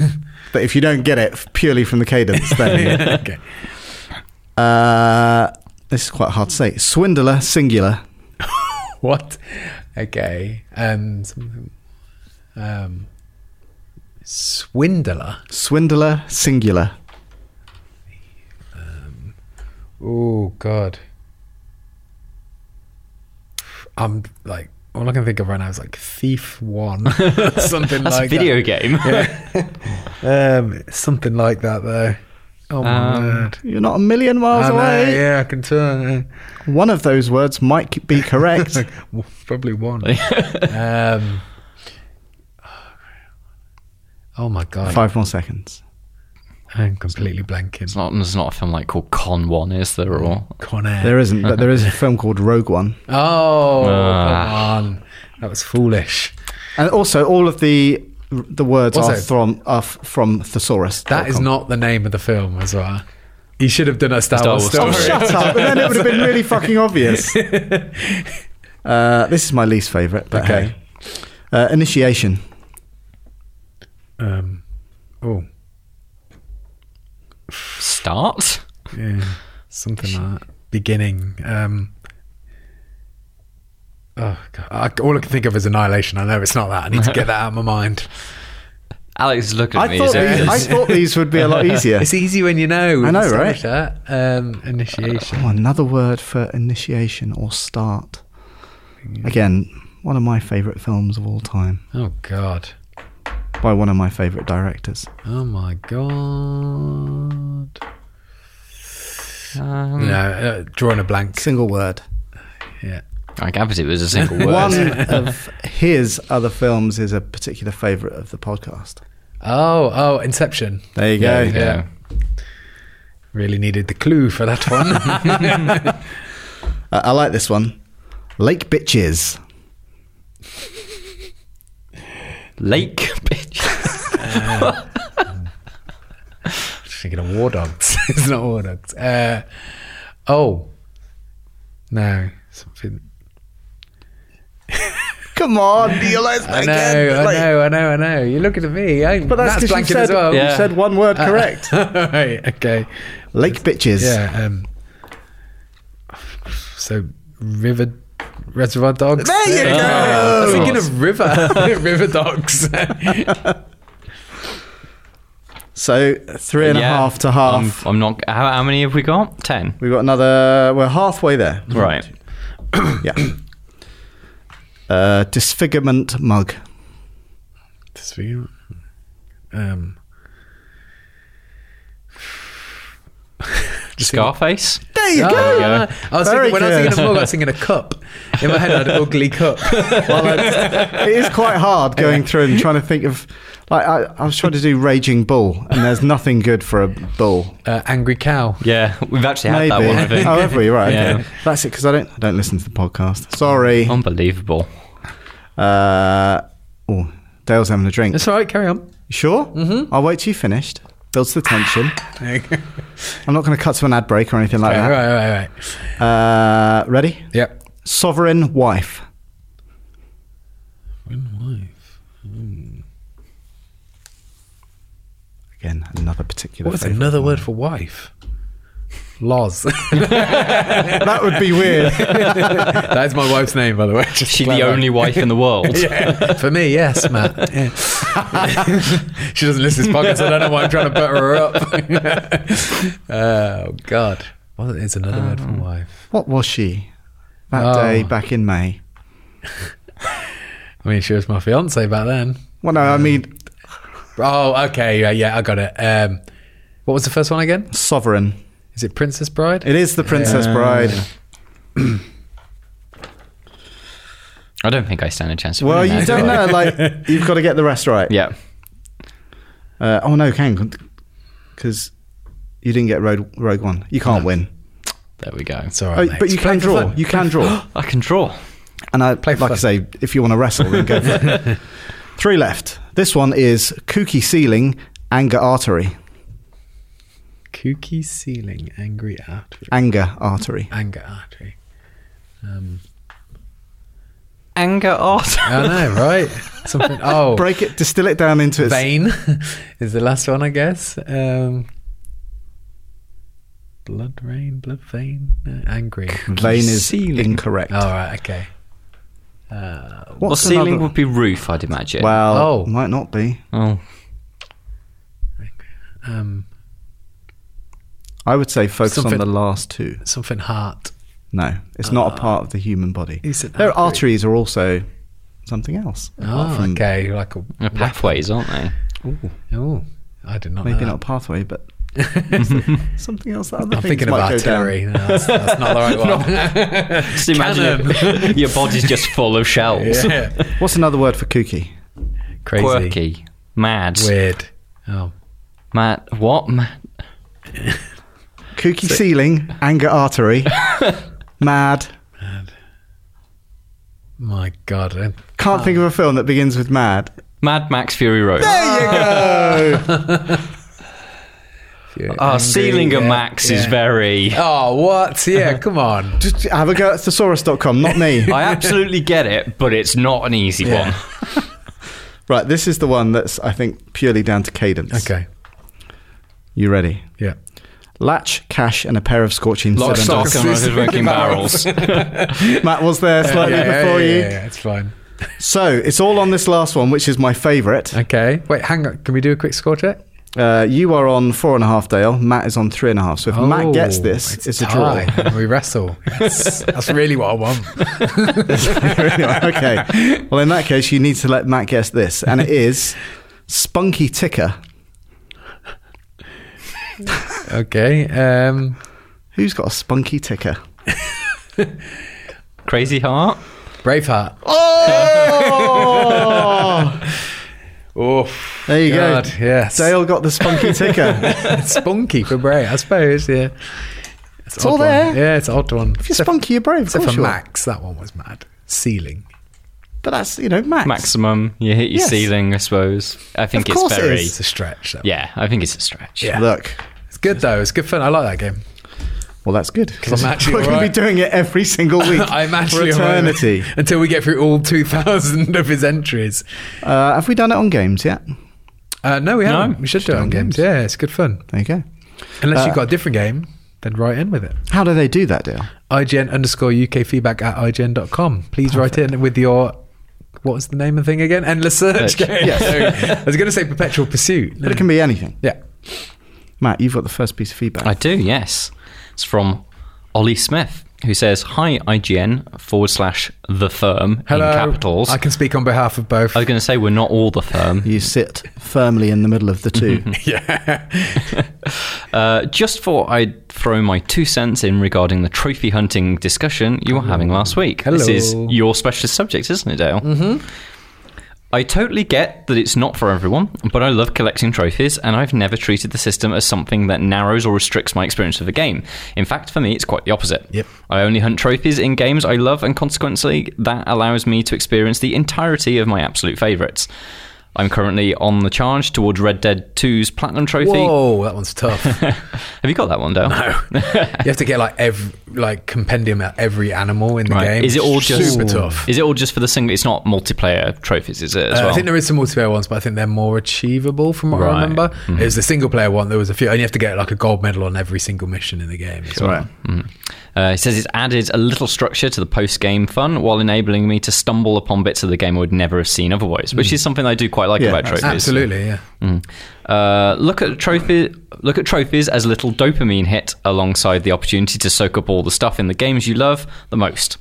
but if you don't get it purely from the cadence, then okay. Uh, this is quite hard to say. Swindler, singular. What? Okay. Um. Something. Um. Swindler. Swindler, singular. Oh God. I'm like all I can think of right now is like Thief One, something That's uh, a like video that. game. Um, something like that though. Oh my Um, word. You're not a million miles I know, away. yeah, I can turn. One of those words might be correct. Well, Probably one. um, oh my god, Five more seconds. I'm completely blanking. It's not. There's not a film like called Con One, is there? Or Con Air. There isn't, but there is a film called Rogue One. oh, Ah. come on, that was foolish. And also, all of the the words Also- are from are f- from thesaurus. That is not the name of the film as well. He should have done a Star, Star Wars, Wars story. story. Shut up! And then it would have been really fucking obvious. Uh, this is my least favorite, but Okay. hey. Uh, initiation. Um, oh, Start? yeah, something like that. Beginning. Um, oh God. I, all I can think of is Annihilation. I know it's not that. I need to get that out of my mind. Alex is looking at I me. thought, as if- these, I thought these would be a lot easier. It's easy when you know. I know, Sorry right? for That. Um, initiation. Oh, another word for initiation or start. Again, one of my favorite films of all time Oh God. by one of my favorite directors. Oh my God. Um, No, uh, drawing a blank. Single word. Yeah. I gathered it was a single word. One of his other films is a particular favorite of the podcast. Oh, oh, Inception. There you Yeah, go. yeah. Really needed the clue for that one. Uh, I like this one. Lake bitches. Lake bitch. thinking of War Dogs. it's not War Dogs. Uh, oh, no, something. Come on, you like I know, I know, I know, I know. You're looking at me. I, But that's because you blanket said, as well. you Yeah. Uh, said one word correct. right. Okay. Lake bitches. Yeah. Um, so, River Reservoir Dogs. There you go. I was thinking of River River Dogs. Um, So three and a half Yeah. Um, to half. I'm, I'm not. How, how many have we got? Ten. We've got another. We're halfway there. Right. Yeah. Uh, disfigurement mug. Just figure out. Um, Scarface. There you Oh, go. yeah. I was Very thinking, good. when I was thinking of mug, I was thinking a cup. In my head, I had an ugly cup. Well, it's- it is quite hard going through and trying to think of. Like I, I was trying to do raging bull, and there's nothing good for a bull. Uh, angry cow. Yeah, we've actually had Maybe. that one. I think. oh, have we? Right. Yeah. Um, Okay. That's it because I don't. I don't listen to the podcast. Sorry. Unbelievable. Uh, oh, Dale's having a drink. It's all right. Carry on. You Sure. Mm-hmm. I'll wait till you finished. Builds the tension. Okay. right, I'm not going to cut to an ad break or anything like right, that. right, right. Uh, ready? Yep. Sovereign wife. Hmm. Again, another particular. What's favourite another one. word for wife? Loz. That would be weird. that is my wife's name, by the way. Just She's to the clarify. only wife in the world. Yeah. For me, yes, Matt. Yeah. she doesn't listen to this podcast. I don't know why I'm trying to butter her up. oh, God. Um, What is another word for wife? what was she that Oh. day back in May? I mean, she was my fiance back then. Well, no, I mean Oh, okay. Yeah, yeah, I got it. Um, what was the first one again? sovereign. Is it Princess Bride? It is the Princess Bride. I don't think I stand a chance. Of Well, winning you that, don't do I? know. Like you've got to get the rest right. Yeah. Uh, oh no, can because you didn't get Rogue, Rogue One. You can't win. There we go. It's all right, Oh, mate. but you Play can for draw. fun. You can draw. I can draw. And I Play for like I say, if you want to wrestle, then go for it. Three left. This one is kooky ceiling, anger artery, Kooky ceiling, angry artery, anger artery. anger artery. Um, Anger art. I know, right? Something. Oh, Break it, distill it down into its. vein is the last one, I guess. Um, blood rain, blood vein, uh, angry. Vein is Ceiling. incorrect. All right, okay. Uh, Well, What's ceiling another- would be roof, I'd imagine. Well, Oh. might not be. oh, Um, I would say focus on Something- Ah. the last two. something heart. No, it's not a part of the human body. It's an Their artery. arteries are also something else. apart Oh, from- okay. Like a they're pathways, aren't they? Oh, I did not. Maybe know not a pathway, but something else. That other I'm things thinking of might go down. artillery. No, that's, that's not the right one. Just imagine if- your body's just full of shells. Yeah. What's another word for kooky? Crazy. Quirky, mad, Weird. Oh. mad. What? Ma- Kooky ceiling, anger artery, mad. My God. I- Can't think of a film that begins with mad. Mad Max Fury Road. There you go. Oh. Our ceiling of Max is very. Oh, what? Yeah, come on. Just have a go at thesaurus.com, not me. I absolutely get it, but it's not an easy Yeah. one. right, this is the one that's, I think, purely down to cadence. Okay. You ready? Yeah. Latch, cash, and a pair of scorching Lock, stock, cylinders. and loaded working barrels. Matt was there slightly yeah, yeah, before yeah, you. Yeah, yeah, it's fine. So it's all on this last one, which is my favourite. Okay. Wait, hang on. Can we do a quick score check? Uh, you are on four and a half, Dale. Matt is on three and a half. So if Matt gets this, it's, a draw. tie. Oh, we wrestle. Yes. That's really what I want. Anyway, okay. Well, in that case, you need to let Matt guess this, and it is Spunky Ticker. Okay. Um, Who's got a spunky ticker? Crazy Heart. Braveheart. Oh! Oh, there you God, go. Yes. Dale got the spunky ticker. spunky for Bray, I suppose. Yeah. It's, an all odd one. there. Yeah, it's an odd one. If you're spunky, you're brave. Of Except course for you are. Max, that one was mad. Ceiling. But that's, you know, Max. Maximum. You hit your Yes. ceiling, I suppose. I think Of it's course it very. is. It's a stretch. That Yeah, I think it's a stretch. Yeah. Look. It's good though. It's good fun. I like that game. Well, that's good. Because I'm actually we're going to be alright. doing it every single week I'm for actually alright. eternity. until we get through all 2,000 of his entries. Uh, have we done it on games yet? Uh, no, we No. haven't. We should do it on games. Yeah, it's good fun. There you go. Unless you've got a different game, then write in with it. How do they do that, Dale? IGN underscore UK feedback at IGN.com. Please write in with your. What was the name of the thing again? Endless Search. Search. game. I was going to say Perpetual Pursuit. But it can be anything. Yeah. Matt, you've got the first piece of feedback. I do, yes. It's from Ollie Smith, who says, Hi, IGN forward slash the firm Hello. in capitals. I can speak on behalf of both. I was going to say, we're not all the firm. you sit firmly in the middle of the two. Uh, just thought I'd throw my two cents in regarding the trophy hunting discussion you were having last week. This Hello. is your specialist subject, isn't it, Dale? Mm-hmm. I totally get that it's not for everyone, but I love collecting trophies, and I've never treated the system as something that narrows or restricts my experience of the game. In fact, for me, it's quite the opposite. Yep. I only hunt trophies in games I love, and consequently, that allows me to experience the entirety of my absolute favourites. I'm currently on the charge towards Red Dead 2's Platinum Trophy. Whoa, that one's tough. you Have you got that one, Dale? No. have to get like every like compendium at every animal in the game. Is it all just super tough? Is it all just for the single? It's not multiplayer trophies, is it? As Uh, well, I think there is some multiplayer ones, but I think they're more achievable from what Right. Mm-hmm. I remember. It was the single player one. There was a few, and you have to get like a gold medal on every single mission in the game. as well. Right. uh, he says it's added a little structure to the post-game fun while enabling me to stumble upon bits of the game I would never have seen otherwise, which is something I do quite like Yeah, about trophies. Hmm. Absolutely, yeah. Uh, look at trophy. Look at trophies as a little dopamine hit, alongside the opportunity to soak up all the stuff in the games you love the most.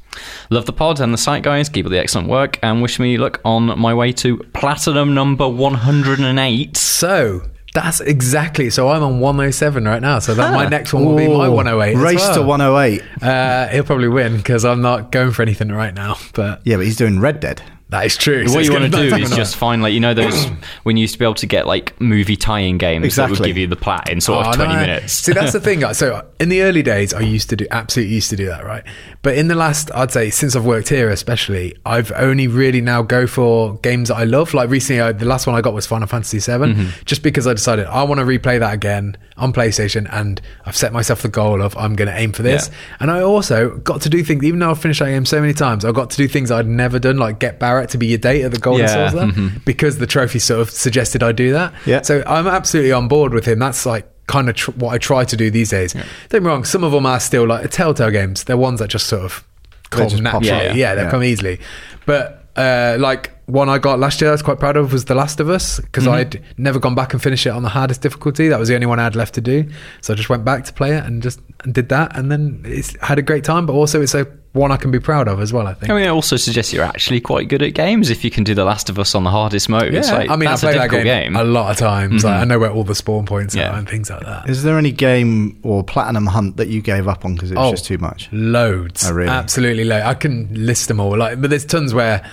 Love the pod and the site guys. Keep up the excellent work, and wish me luck on my way to platinum number one hundred and eight. So that's exactly. So I'm on 107 right now. So that Ah. my next one will be my Ooh, 108. as Race to well. 108. Uh, he'll probably win because I'm not going for anything right now. But Yeah, but he's doing Red Dead. that is true. So what it's you want gonna to be do back is on just find like you know those when you used to be able to get like movie tie-in games that would Exactly. give you the plat in sort of Oh, 20 no. minutes See, that's the thing. guys. So in the early days, I used to do absolutely used to do that, right? But in the last, I'd say since I've worked here, especially, I've only really now go for games that I love. Like recently, I, the last one I got was Final Fantasy VII, Mm-hmm. just because I decided I want to replay that again on PlayStation, and I've set myself the goal of I'm going to aim for this. Yeah. And I also got to do things, even though I've finished that game so many times, I got to do things I'd never done, like get Barrett to be your date at the Golden Yeah. Mm-hmm. Swords there, because the trophy sort of suggested I do that. Yeah. So I'm absolutely on board with him. That's like kind of tr- what I try to do these days. Don't get me wrong, some of them are still like Telltale games. They're ones that just sort of come just pop naturally. up. Yeah, Yeah, yeah, they yeah. come easily. But uh, like one I got last year, I was quite proud of was The Last of Us because Mm-hmm. I'd never gone back and finished it on the hardest difficulty. That was the only one I had left to do. So I just went back to play it and just did that, and then it's had a great time. But also, it's a one I can be proud of as well. I think. I mean, I also suggest you're actually quite good at games if you can do The Last of Us on the hardest mode. It's like, I mean, I that's play a that difficult game, game. Mm-hmm. a lot of times. Like, I know where all the spawn points Yeah. are and things like that. Is there any game or platinum hunt that you gave up on because it was Oh, just too much? Loads. Oh, really? Absolutely loads. I can list them all. Like, but there's tons where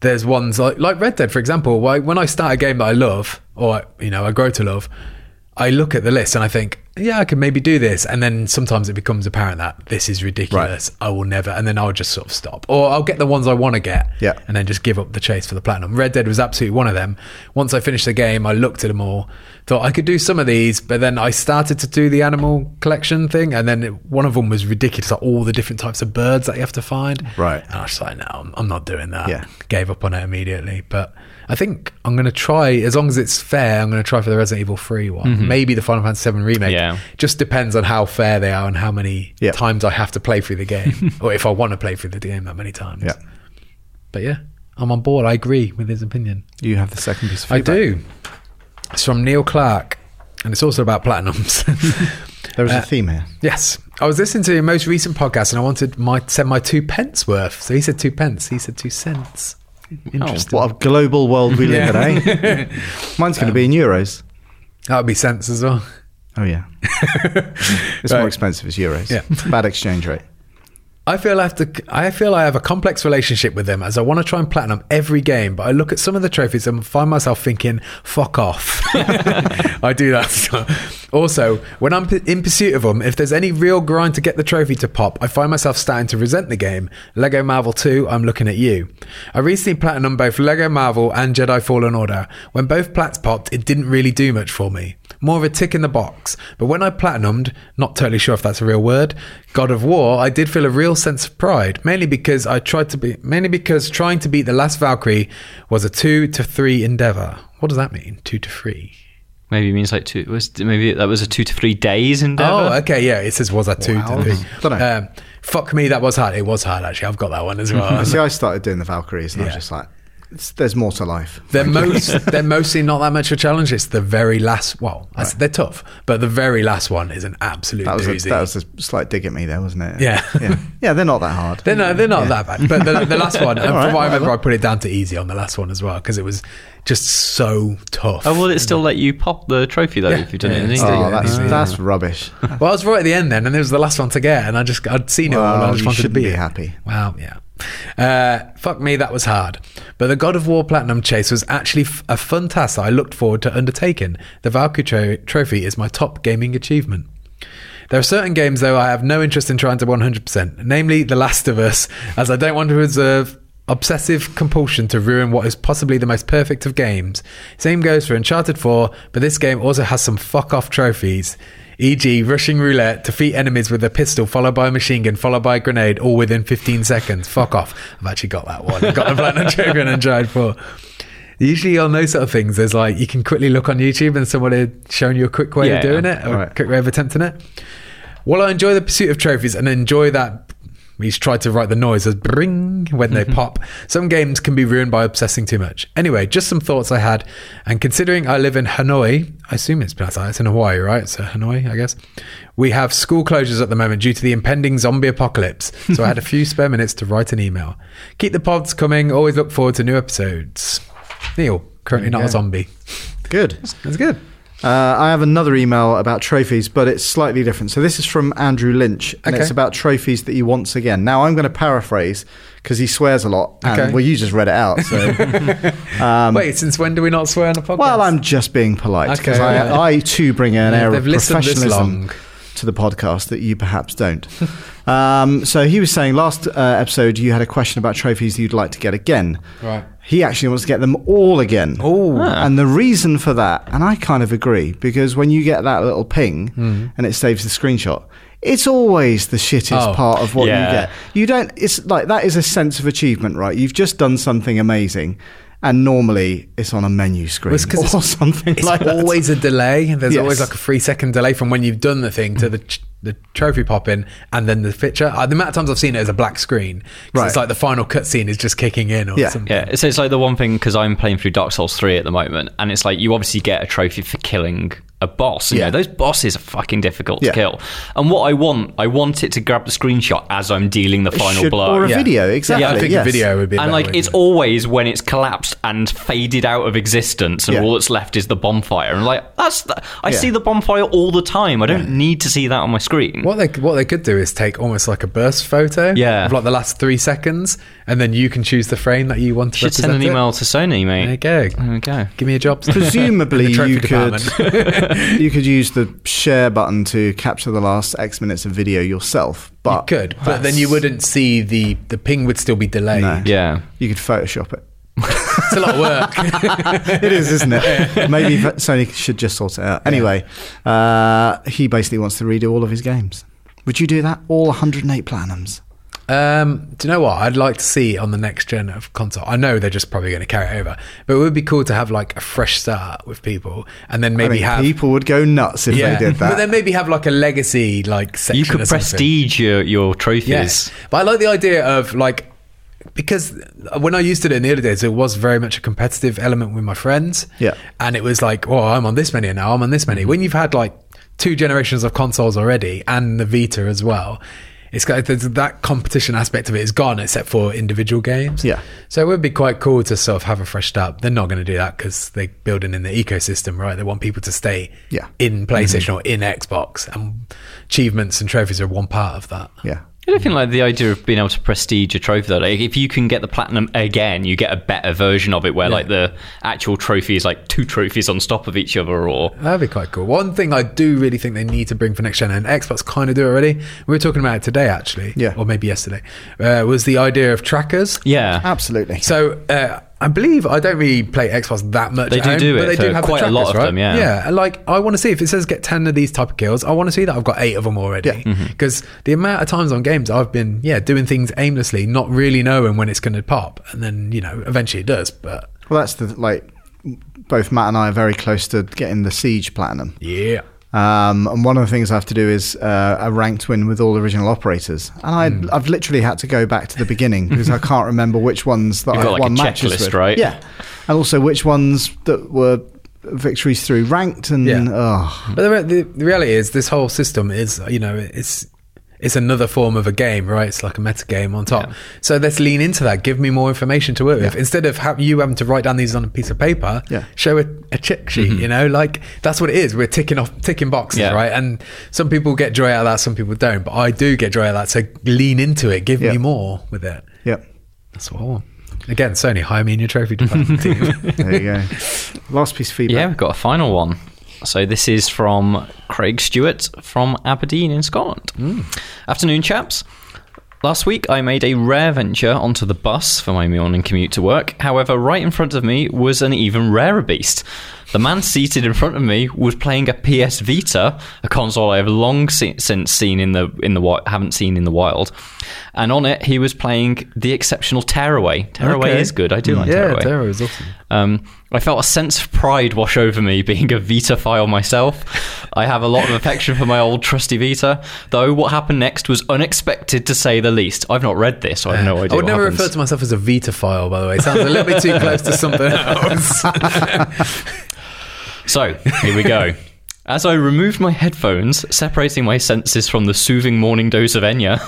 there's ones like like Red Dead, for example. Where when I start a game that I love, or you know, I grow to love, I look at the list and I think yeah, I could maybe do this. And then sometimes it becomes apparent that this is ridiculous. I will never. And then I'll just sort of stop. Or I'll get the ones I want to get Yeah. and then just give up the chase for the platinum. Red Dead was absolutely one of them. Once I finished the game, I looked at them all, thought I could do some of these, but then I started to do the animal collection thing. And then it, one of them was ridiculous like all the different types of birds that you have to find. Right. And I was just like, no, I'm, I'm not doing that. Yeah. Gave up on it immediately. But I think I'm going to try, as long as it's fair, I'm going to try for the Resident Evil 3 one. Maybe the Final Fantasy 7 remake. Yeah. Just depends on how fair they are and how many Yeah. times I have to play through the game or if I want to play through the game that many times. Yeah. But yeah, I'm on board. I agree with his opinion. You have the second piece of I feedback. do. It's from Neil Clark, and it's also about platinums. There is a theme here. Yes. I was listening to your most recent podcast and I wanted my send my two pence worth. So he said two pence. He said two cents. Interesting. What a global world we live in, eh? Mine's going to Um, be in euros. that would be cents as well. Oh, yeah. it's Right. more expensive as euros. Yeah. Bad exchange rate. I feel I have to. I feel I have a complex relationship with them as I want to try and platinum every game, but I look at some of the trophies and find myself thinking, "Fuck off." I do that. also, when I'm p- in pursuit of them, if there's any real grind to get the trophy to pop, I find myself starting to resent the game. Lego Marvel 2, I'm looking at you. I recently platinumed both Lego Marvel and Jedi Fallen Order. When both plats popped, it didn't really do much for me more of a tick in the box. But when I platinumed, not totally sure if that's a real word, God of War, I did feel a real sense of pride, mainly because I tried to be, mainly because trying to beat the last Valkyrie was a two to three endeavor. What does that mean? Two to three. Maybe it means like two. Was maybe that was a two to three days endeavor. Oh, okay, yeah. It says was a two Wow. to three. Dunno. Um, fuck me, that was hard. It was hard actually. I've got that one as well. See, I started doing the Valkyries, and I was Yeah. just like, it's, there's more to life. They're most they're mostly not that much of a challenge. It's the very last. Well, I s- they're tough, but the very last one is an absolute That was, doozy. a, that was a slight dig at me there, wasn't it? Yeah. Yeah, yeah they're not that hard. They're not, they're not that bad. But the, the last one, and All right, from what I remember, whatever. I put it down to easy on the last one as well because it was just so tough. Oh, will it still let you pop the trophy though if you've done Yeah, it? In it's English? still- Oh, that's, Yeah. that's rubbish. Well, I was right at the end then, and it was the last one to get, and I just I'd seen it all, and I Well, just you wanted to shouldn't be be it. happy. Wow, yeah. Uh, fuck me, that was hard. But the God of War Platinum Chase was actually f- a fun task that I looked forward to undertaking. The Valkyrie tro- Trophy is my top gaming achievement. There are certain games, though, I have no interest in trying to 100%, namely The Last of Us, as I don't want to reserve obsessive compulsion to ruin what is possibly the most perfect of games. Same goes for Uncharted 4, but this game also has some fuck off trophies. E.g., rushing roulette, defeat enemies with a pistol, followed by a machine gun, followed by a grenade, all within 15 seconds. Fuck off. I've actually got that one. I've got the platinum trigger and Uncharted 4. Usually on those sort of things, there's like you can quickly look on YouTube and someone had shown you a quick way Yeah, of doing yeah. it or a Right. quick way of attempting it. While I enjoy the pursuit of trophies and enjoy that he's tried to write the noise as bring when Mm-hmm. they pop, some games can be ruined by obsessing too much. Anyway, just some thoughts I had, and considering I live in Hanoi, I assume it's pronounced like that, it's in Hawaii, right? So Hanoi, I guess. We have school closures at the moment due to the impending zombie apocalypse. So I had a few spare minutes to write an email. Keep the pods coming, always look forward to new episodes. Neil, currently not a zombie. Good. That's good. Uh, I have another email about trophies, but it's slightly different. So this is from Andrew Lynch, and Okay. it's about trophies that he wants again. Now I'm going to paraphrase because he swears a lot, and Okay. well, you just read it out. So, Wait, since when do we not swear on a podcast? Um, well, I'm just being polite because Okay. I, I too bring an Yeah, air of they've listened this professionalism long. to the podcast that you perhaps don't. um, so he was saying last uh, episode you had a question about trophies you'd like to get again. Right. He actually wants to get them all again. Ooh. Ah. And the reason for that, and I kind of agree, because when you get that little ping Hmm. and it saves the screenshot, it's always the shittest Oh, part of what yeah. you get. You don't, it's like that is a sense of achievement, right? You've just done something amazing, and normally it's on a menu screen Well, it's 'cause or it's- something It's like that. always a delay. There's Yes. always like a three second delay from when you've done the thing to the ch- the trophy popping and then the picture. Uh, the amount of times I've seen it as a black screen 'cause it's Right. like the final cutscene is just kicking in or Yeah. something. Yeah, so it's like the one thing because I'm playing through Dark Souls 3 at the moment, and it's like you obviously get a trophy for killing a boss. You Yeah. know, those bosses are fucking difficult Yeah. to kill. And what I want, I want it to grab the screenshot as I'm dealing the final Should- blow. Or a Yeah. video, Yeah, exactly. I think yes. a video would be. a better and like way to it's do it. always when it's collapsed and faded out of existence and Yeah. all that's left is the bonfire and like that's the, i Yeah. see the bonfire all the time i don't need to see that on my screen What they what they could do is take almost like a burst photo Yeah. of like the last three seconds, and then you can choose the frame that you want to should send represent an it. email to sony mate There you go. there we go Give me a job. Presumably In the trophy you could- department. you could use the share button to capture the last X minutes of video yourself, but Good, but then you wouldn't see the the ping would still be delayed. No. Yeah. you could Photoshop it. It's a lot of work. it is, isn't it? Maybe v- Sony should just sort it out. Anyway, uh, he basically wants to redo all of his games. Would you do that? All 108 Platinums. um, do you know what? I'd like to see on the next gen of console. I know they're just probably going to carry it over, but it would be cool to have like a fresh start with people, and then I maybe mean, have people would go nuts if yeah, they did that. but then maybe have like a legacy like section. You or could something. prestige your, your trophies. Yes, but I like the idea of like because when I used to do it in the early days, it was very much a competitive element with my friends. Yeah. Mm-hmm. and it was like, oh, I'm on this many now. I'm on this many. When you've had like two generations of consoles already and the Vita as well. It's got there's that competition aspect of it is gone except for individual games. Yeah. So it would be quite cool to sort of have a fresh start. They're not going to do that because they're building in the ecosystem, right? They want people to stay Yeah. Mm-hmm. in PlayStation or in Xbox, and achievements and trophies are one part of that. yeah. I don't think like the idea of being able to prestige a trophy though. Like if you can get the platinum again, you get a better version of it where like the actual trophy is like two trophies on top of each other or That'd be quite cool. One thing I do really think they need to bring for next gen, and Xbox kind of do already. We were talking about it today, actually, Yeah. or maybe yesterday. Uh, was the idea of trackers? yeah. Absolutely. So uh, I believe I don't really play Xbox that much. They at do home, do but it they do for have the quite a lot trackers, of right? them, yeah. yeah. and, Like I want to see if it says get ten of these type of kills. I want to see that I've got eight of them already because the amount of times on games I've been yeah doing things aimlessly, not really knowing when it's going to pop, and then you know eventually it does. But Well, that's the like. Both Matt and I are very close to getting the Siege Platinum. yeah, Um, and one of the things I have to do is uh, a ranked win with all original operators. And I, Hmm. I've literally had to go back to the beginning because I can't remember which ones that You've I got, like, a won matches checklist, with. right? Yeah, and also which ones that were victories through ranked and Yeah. oh, But the, re- the, the reality is, this whole system is, you know, it's it's another form of a game, right? It's like a meta game on top. So let's lean into that. Give me more information to work with instead of ha- you having to write down these on a piece of paper. Yeah. Show a, a check sheet, you know, like that's what it is. We're ticking off ticking boxes, Mm-hmm. Yeah. right? And some people get joy out of that, some people don't. But I do get joy out of that. So lean into it. Give Yeah. me more with it. yep. That's what I want. Again, Sony, hire me in your trophy department team. There you go. Last piece of Yeah, feedback. we've got a final one. So this is from Craig Stewart from Aberdeen in Scotland. Mm. Afternoon, chaps. Last week, I made a rare venture onto the bus for my morning commute to work. However, right in front of me was an even rarer beast. The man seated in front of me was playing a PS Vita, a console I have long si- since seen in the in the wi- haven't seen in the wild. And on it, he was playing the exceptional Tearaway. Tearaway Okay. is good. I do like yeah, Tearaway. Terra is awesome. Um, I felt a sense of pride wash over me being a Vita file myself. I have a lot of affection for my old trusty Vita, though what happened next was unexpected to say the least. I've not read this, so I have no idea. I would what never happens. refer to myself as a Vitaphile, by the way. Sounds a little bit too close to something else. So, here we go. As I removed my headphones, separating my senses from the soothing morning dose of Enya,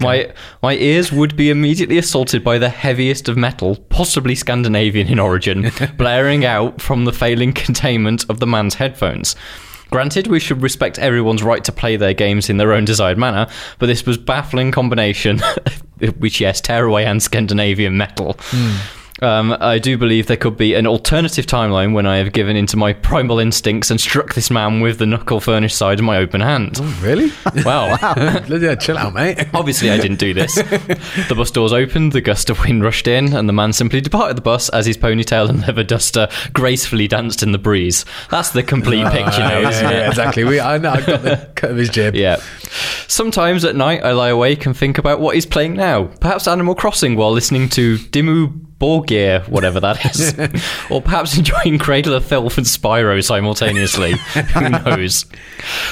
my my ears would be immediately assaulted by the heaviest of metal, possibly Scandinavian in origin, blaring out from the failing containment of the man's headphones. Granted, we should respect everyone's right to play their games in their own desired manner, but this was baffling combination, which yes, tearaway and Scandinavian metal. Um, I do believe there could be an alternative timeline when I have given into my primal instincts and struck this man with the knuckle furnished side of my open hand. really? Wow. yeah, chill out, mate. Obviously, I didn't do this. The bus doors opened, the gust of wind rushed in, and the man simply departed the bus as his ponytail and leather duster gracefully danced in the breeze. That's the complete picture Yeah, Ah, Uh, now, yeah, isn't it? yeah, exactly. We, I know, I got the cut of his jib. Yeah. Sometimes at night, I lie awake and think about what he's playing now. Perhaps Animal Crossing while listening to Dimmu Borgir, whatever that is. or perhaps enjoying Cradle of Filth and Spyro simultaneously. Who knows?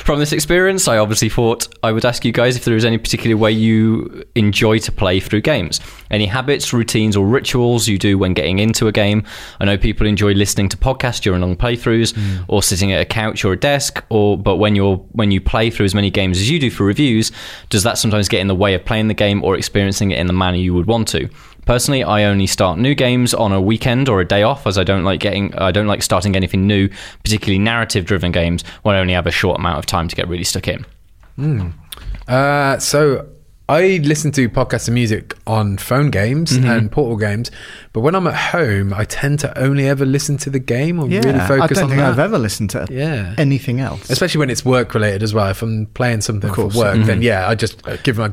From this experience, I obviously thought I would ask you guys if there is any particular way you enjoy to play through games. Any habits, routines, or rituals you do when getting into a game? I know people enjoy listening to podcasts during long playthroughs, or sitting at a couch or a desk. Or but when you're when you play through as many games as you do for reviews, does that sometimes get in the way of playing the game or experiencing it in the manner you would want to? Personally, I only start new games on a weekend or a day off, as I don't like getting, I don't like starting anything new, particularly narrative-driven games, when I only have a short amount of time to get really stuck in. Uh, so I listen to podcasts and music on phone games Mm-hmm. and portal games, but when I'm at home, I tend to only ever listen to the game or really focus I don't on think that. I've ever listened to Yeah. anything else. Especially when it's work related as well. If I'm playing something for course. work, then yeah, I just uh, give my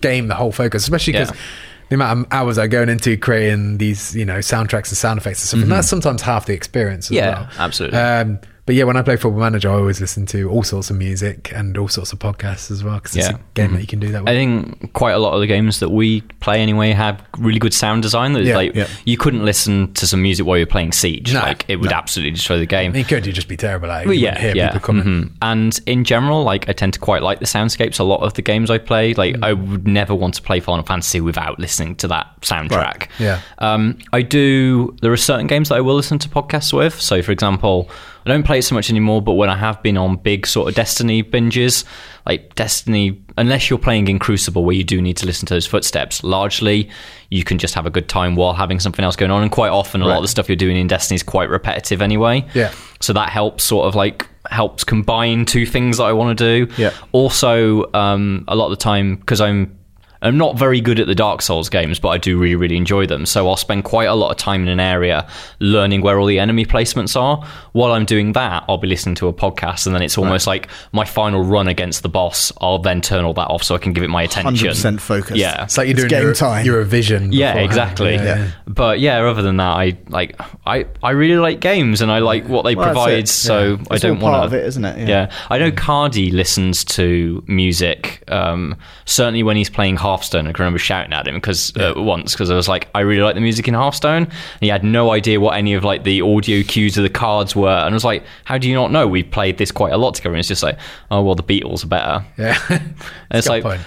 game the whole focus. Especially because Mm-hmm. Yeah. the amount of hours I'm going into creating these, you know, soundtracks and sound effects and stuff, and that's sometimes half the experience. As Mm-hmm. Yeah, well. absolutely. Um, but yeah, when I play Football Manager, I always listen to all sorts of music and all sorts of podcasts as well because it's Yeah. Mm-hmm. a game that you can do that. I with. think quite a lot of the games that we play anyway have really good sound design. That is Yeah, like yeah. you couldn't listen to some music while you're playing Siege. No, like it would absolutely destroy the game. You could you just be terrible at it? But You yeah, wouldn't hear yeah. people coming. mhm. And in general, like I tend to quite like the soundscapes. A lot of the games I play, like Mm. I would never want to play Final Fantasy without listening to that soundtrack. Yeah. Um, I do. There are certain games that I will listen to podcasts with. So, for example, I don't play it so much anymore, but when I have been on big sort of Destiny binges, like Destiny, unless you're playing in Crucible where you do need to listen to those footsteps, largely you can just have a good time while having something else going on. And quite often, a lot of the stuff you're doing in Destiny is quite repetitive anyway. Yeah. So that helps sort of like helps combine two things that I want to do. Yeah. Also, um, a lot of the time because I'm I'm not very good at the Dark Souls games, but I do really really enjoy them. So I'll spend quite a lot of time in an area learning where all the enemy placements are. While I'm doing that, I'll be listening to a podcast, and then it's almost like my final run against the boss. I'll then turn all that off so I can give it my attention. 100% focused. Yeah. It's like you're It's doing game your, time. your revision. Yeah, beforehand. exactly. Yeah, yeah. But yeah, other than that, I like I, I really like games and I like what they Well, that's provide. it. So I It's don't all part want of it, isn't it? Yeah. Yeah. I know Cardi listens to music. Um, certainly when he's playing Hearthstone, I can remember shouting at him because uh, once because I was like, I really like the music in Hearthstone, and he had no idea what any of like the audio cues of the cards were, and I was like, How do you not know? We played this quite a lot together, and it's just like, Oh well, the Beatles are better. Yeah. And it's got a like point.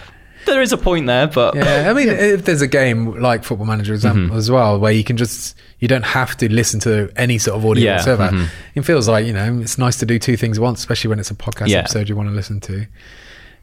there is a point there, but Mm-hmm. Yeah, I mean, if there's a game like Football Manager example as well, where you can just you don't have to listen to any sort of audio Yeah, mm-hmm. whatsoever. It feels like you know it's nice to do two things at once, especially when it's a podcast Yeah. episode you want to listen to.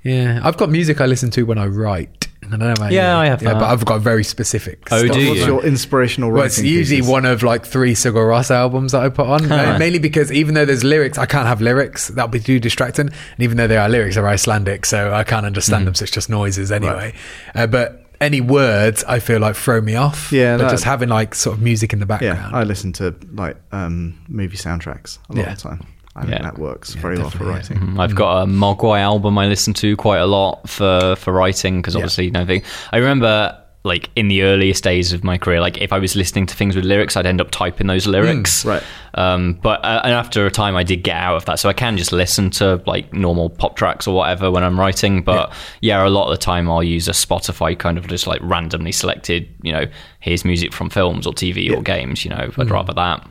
Yeah, I've got music I listen to when I write. I don't know about Yeah, you. I have Yeah, that. but I've got very specific. Oh, stuff. do What's you? your inspirational Well, it's writing usually pieces? one of like three Sigur Ross albums that I put on, uh, mainly because even though there's lyrics, I can't have lyrics. That would be too distracting. And even though they are lyrics, they're Icelandic, so I can't understand Hmm. them, so it's just noises anyway. Uh, but any words, I feel like throw me off. Yeah, But that- just having like sort of music in the Yeah, background. I listen to like um, movie soundtracks a lot Yeah. of the time. I think Yeah. that works very well for definitely, yeah. Mm-hmm. writing. Mm-hmm. I've got a Mogwai album I listen to quite a lot for for writing because obviously no thing. I remember like in the earliest days of my career, like if I was listening to things with lyrics, I'd end up typing those lyrics. right. Um, but uh, and after a time, I did get out of that, so I can just listen to like normal pop tracks or whatever when I'm writing. But yeah, a lot of the time I'll use a Spotify kind of just like randomly selected. You know, here's music from films or TV or games. You know, I'd rather that.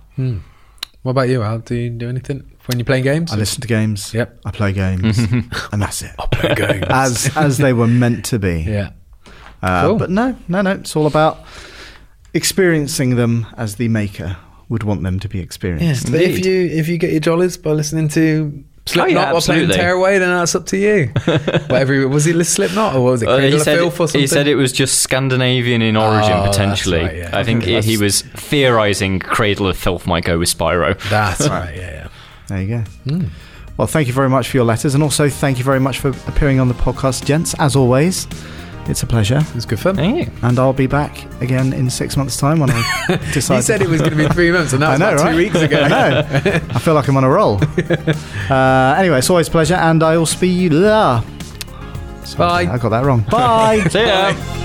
What about you, Al? Do you do anything when you're playing games? I listen to games. Yep. I play games, and that's it. play games. As as they were meant to be. yeah. Uh, Cool. But no, no, no. It's all about experiencing them as the maker would want them to be experienced. But if Indeed. Oh, you if you get your jollies by listening to Slipknot yeah, or playing absolutely. Tearaway, then that's up to you. Whatever was it, Slipknot or what was it? Uh, Cradle he, of said, Filth or something? he said it was just Scandinavian in origin, Oh, that's potentially. right, yeah. I think Okay. he was theorizing Cradle of Filth might go with Spyro. That's right. Yeah, Mm. There you go. Well, thank you very much for your letters, and also thank you very much for appearing on the podcast, gents. As always, it's a pleasure, it was good fun. Thank you. and I'll be back again in six months' time when I decide. He said it was going to be three months, and that I was know, about right? two weeks ago. I know. I feel like I'm on a roll. uh, anyway, it's always a pleasure, and I will see you. Sorry, Bye. I got that wrong. Bye. See ya.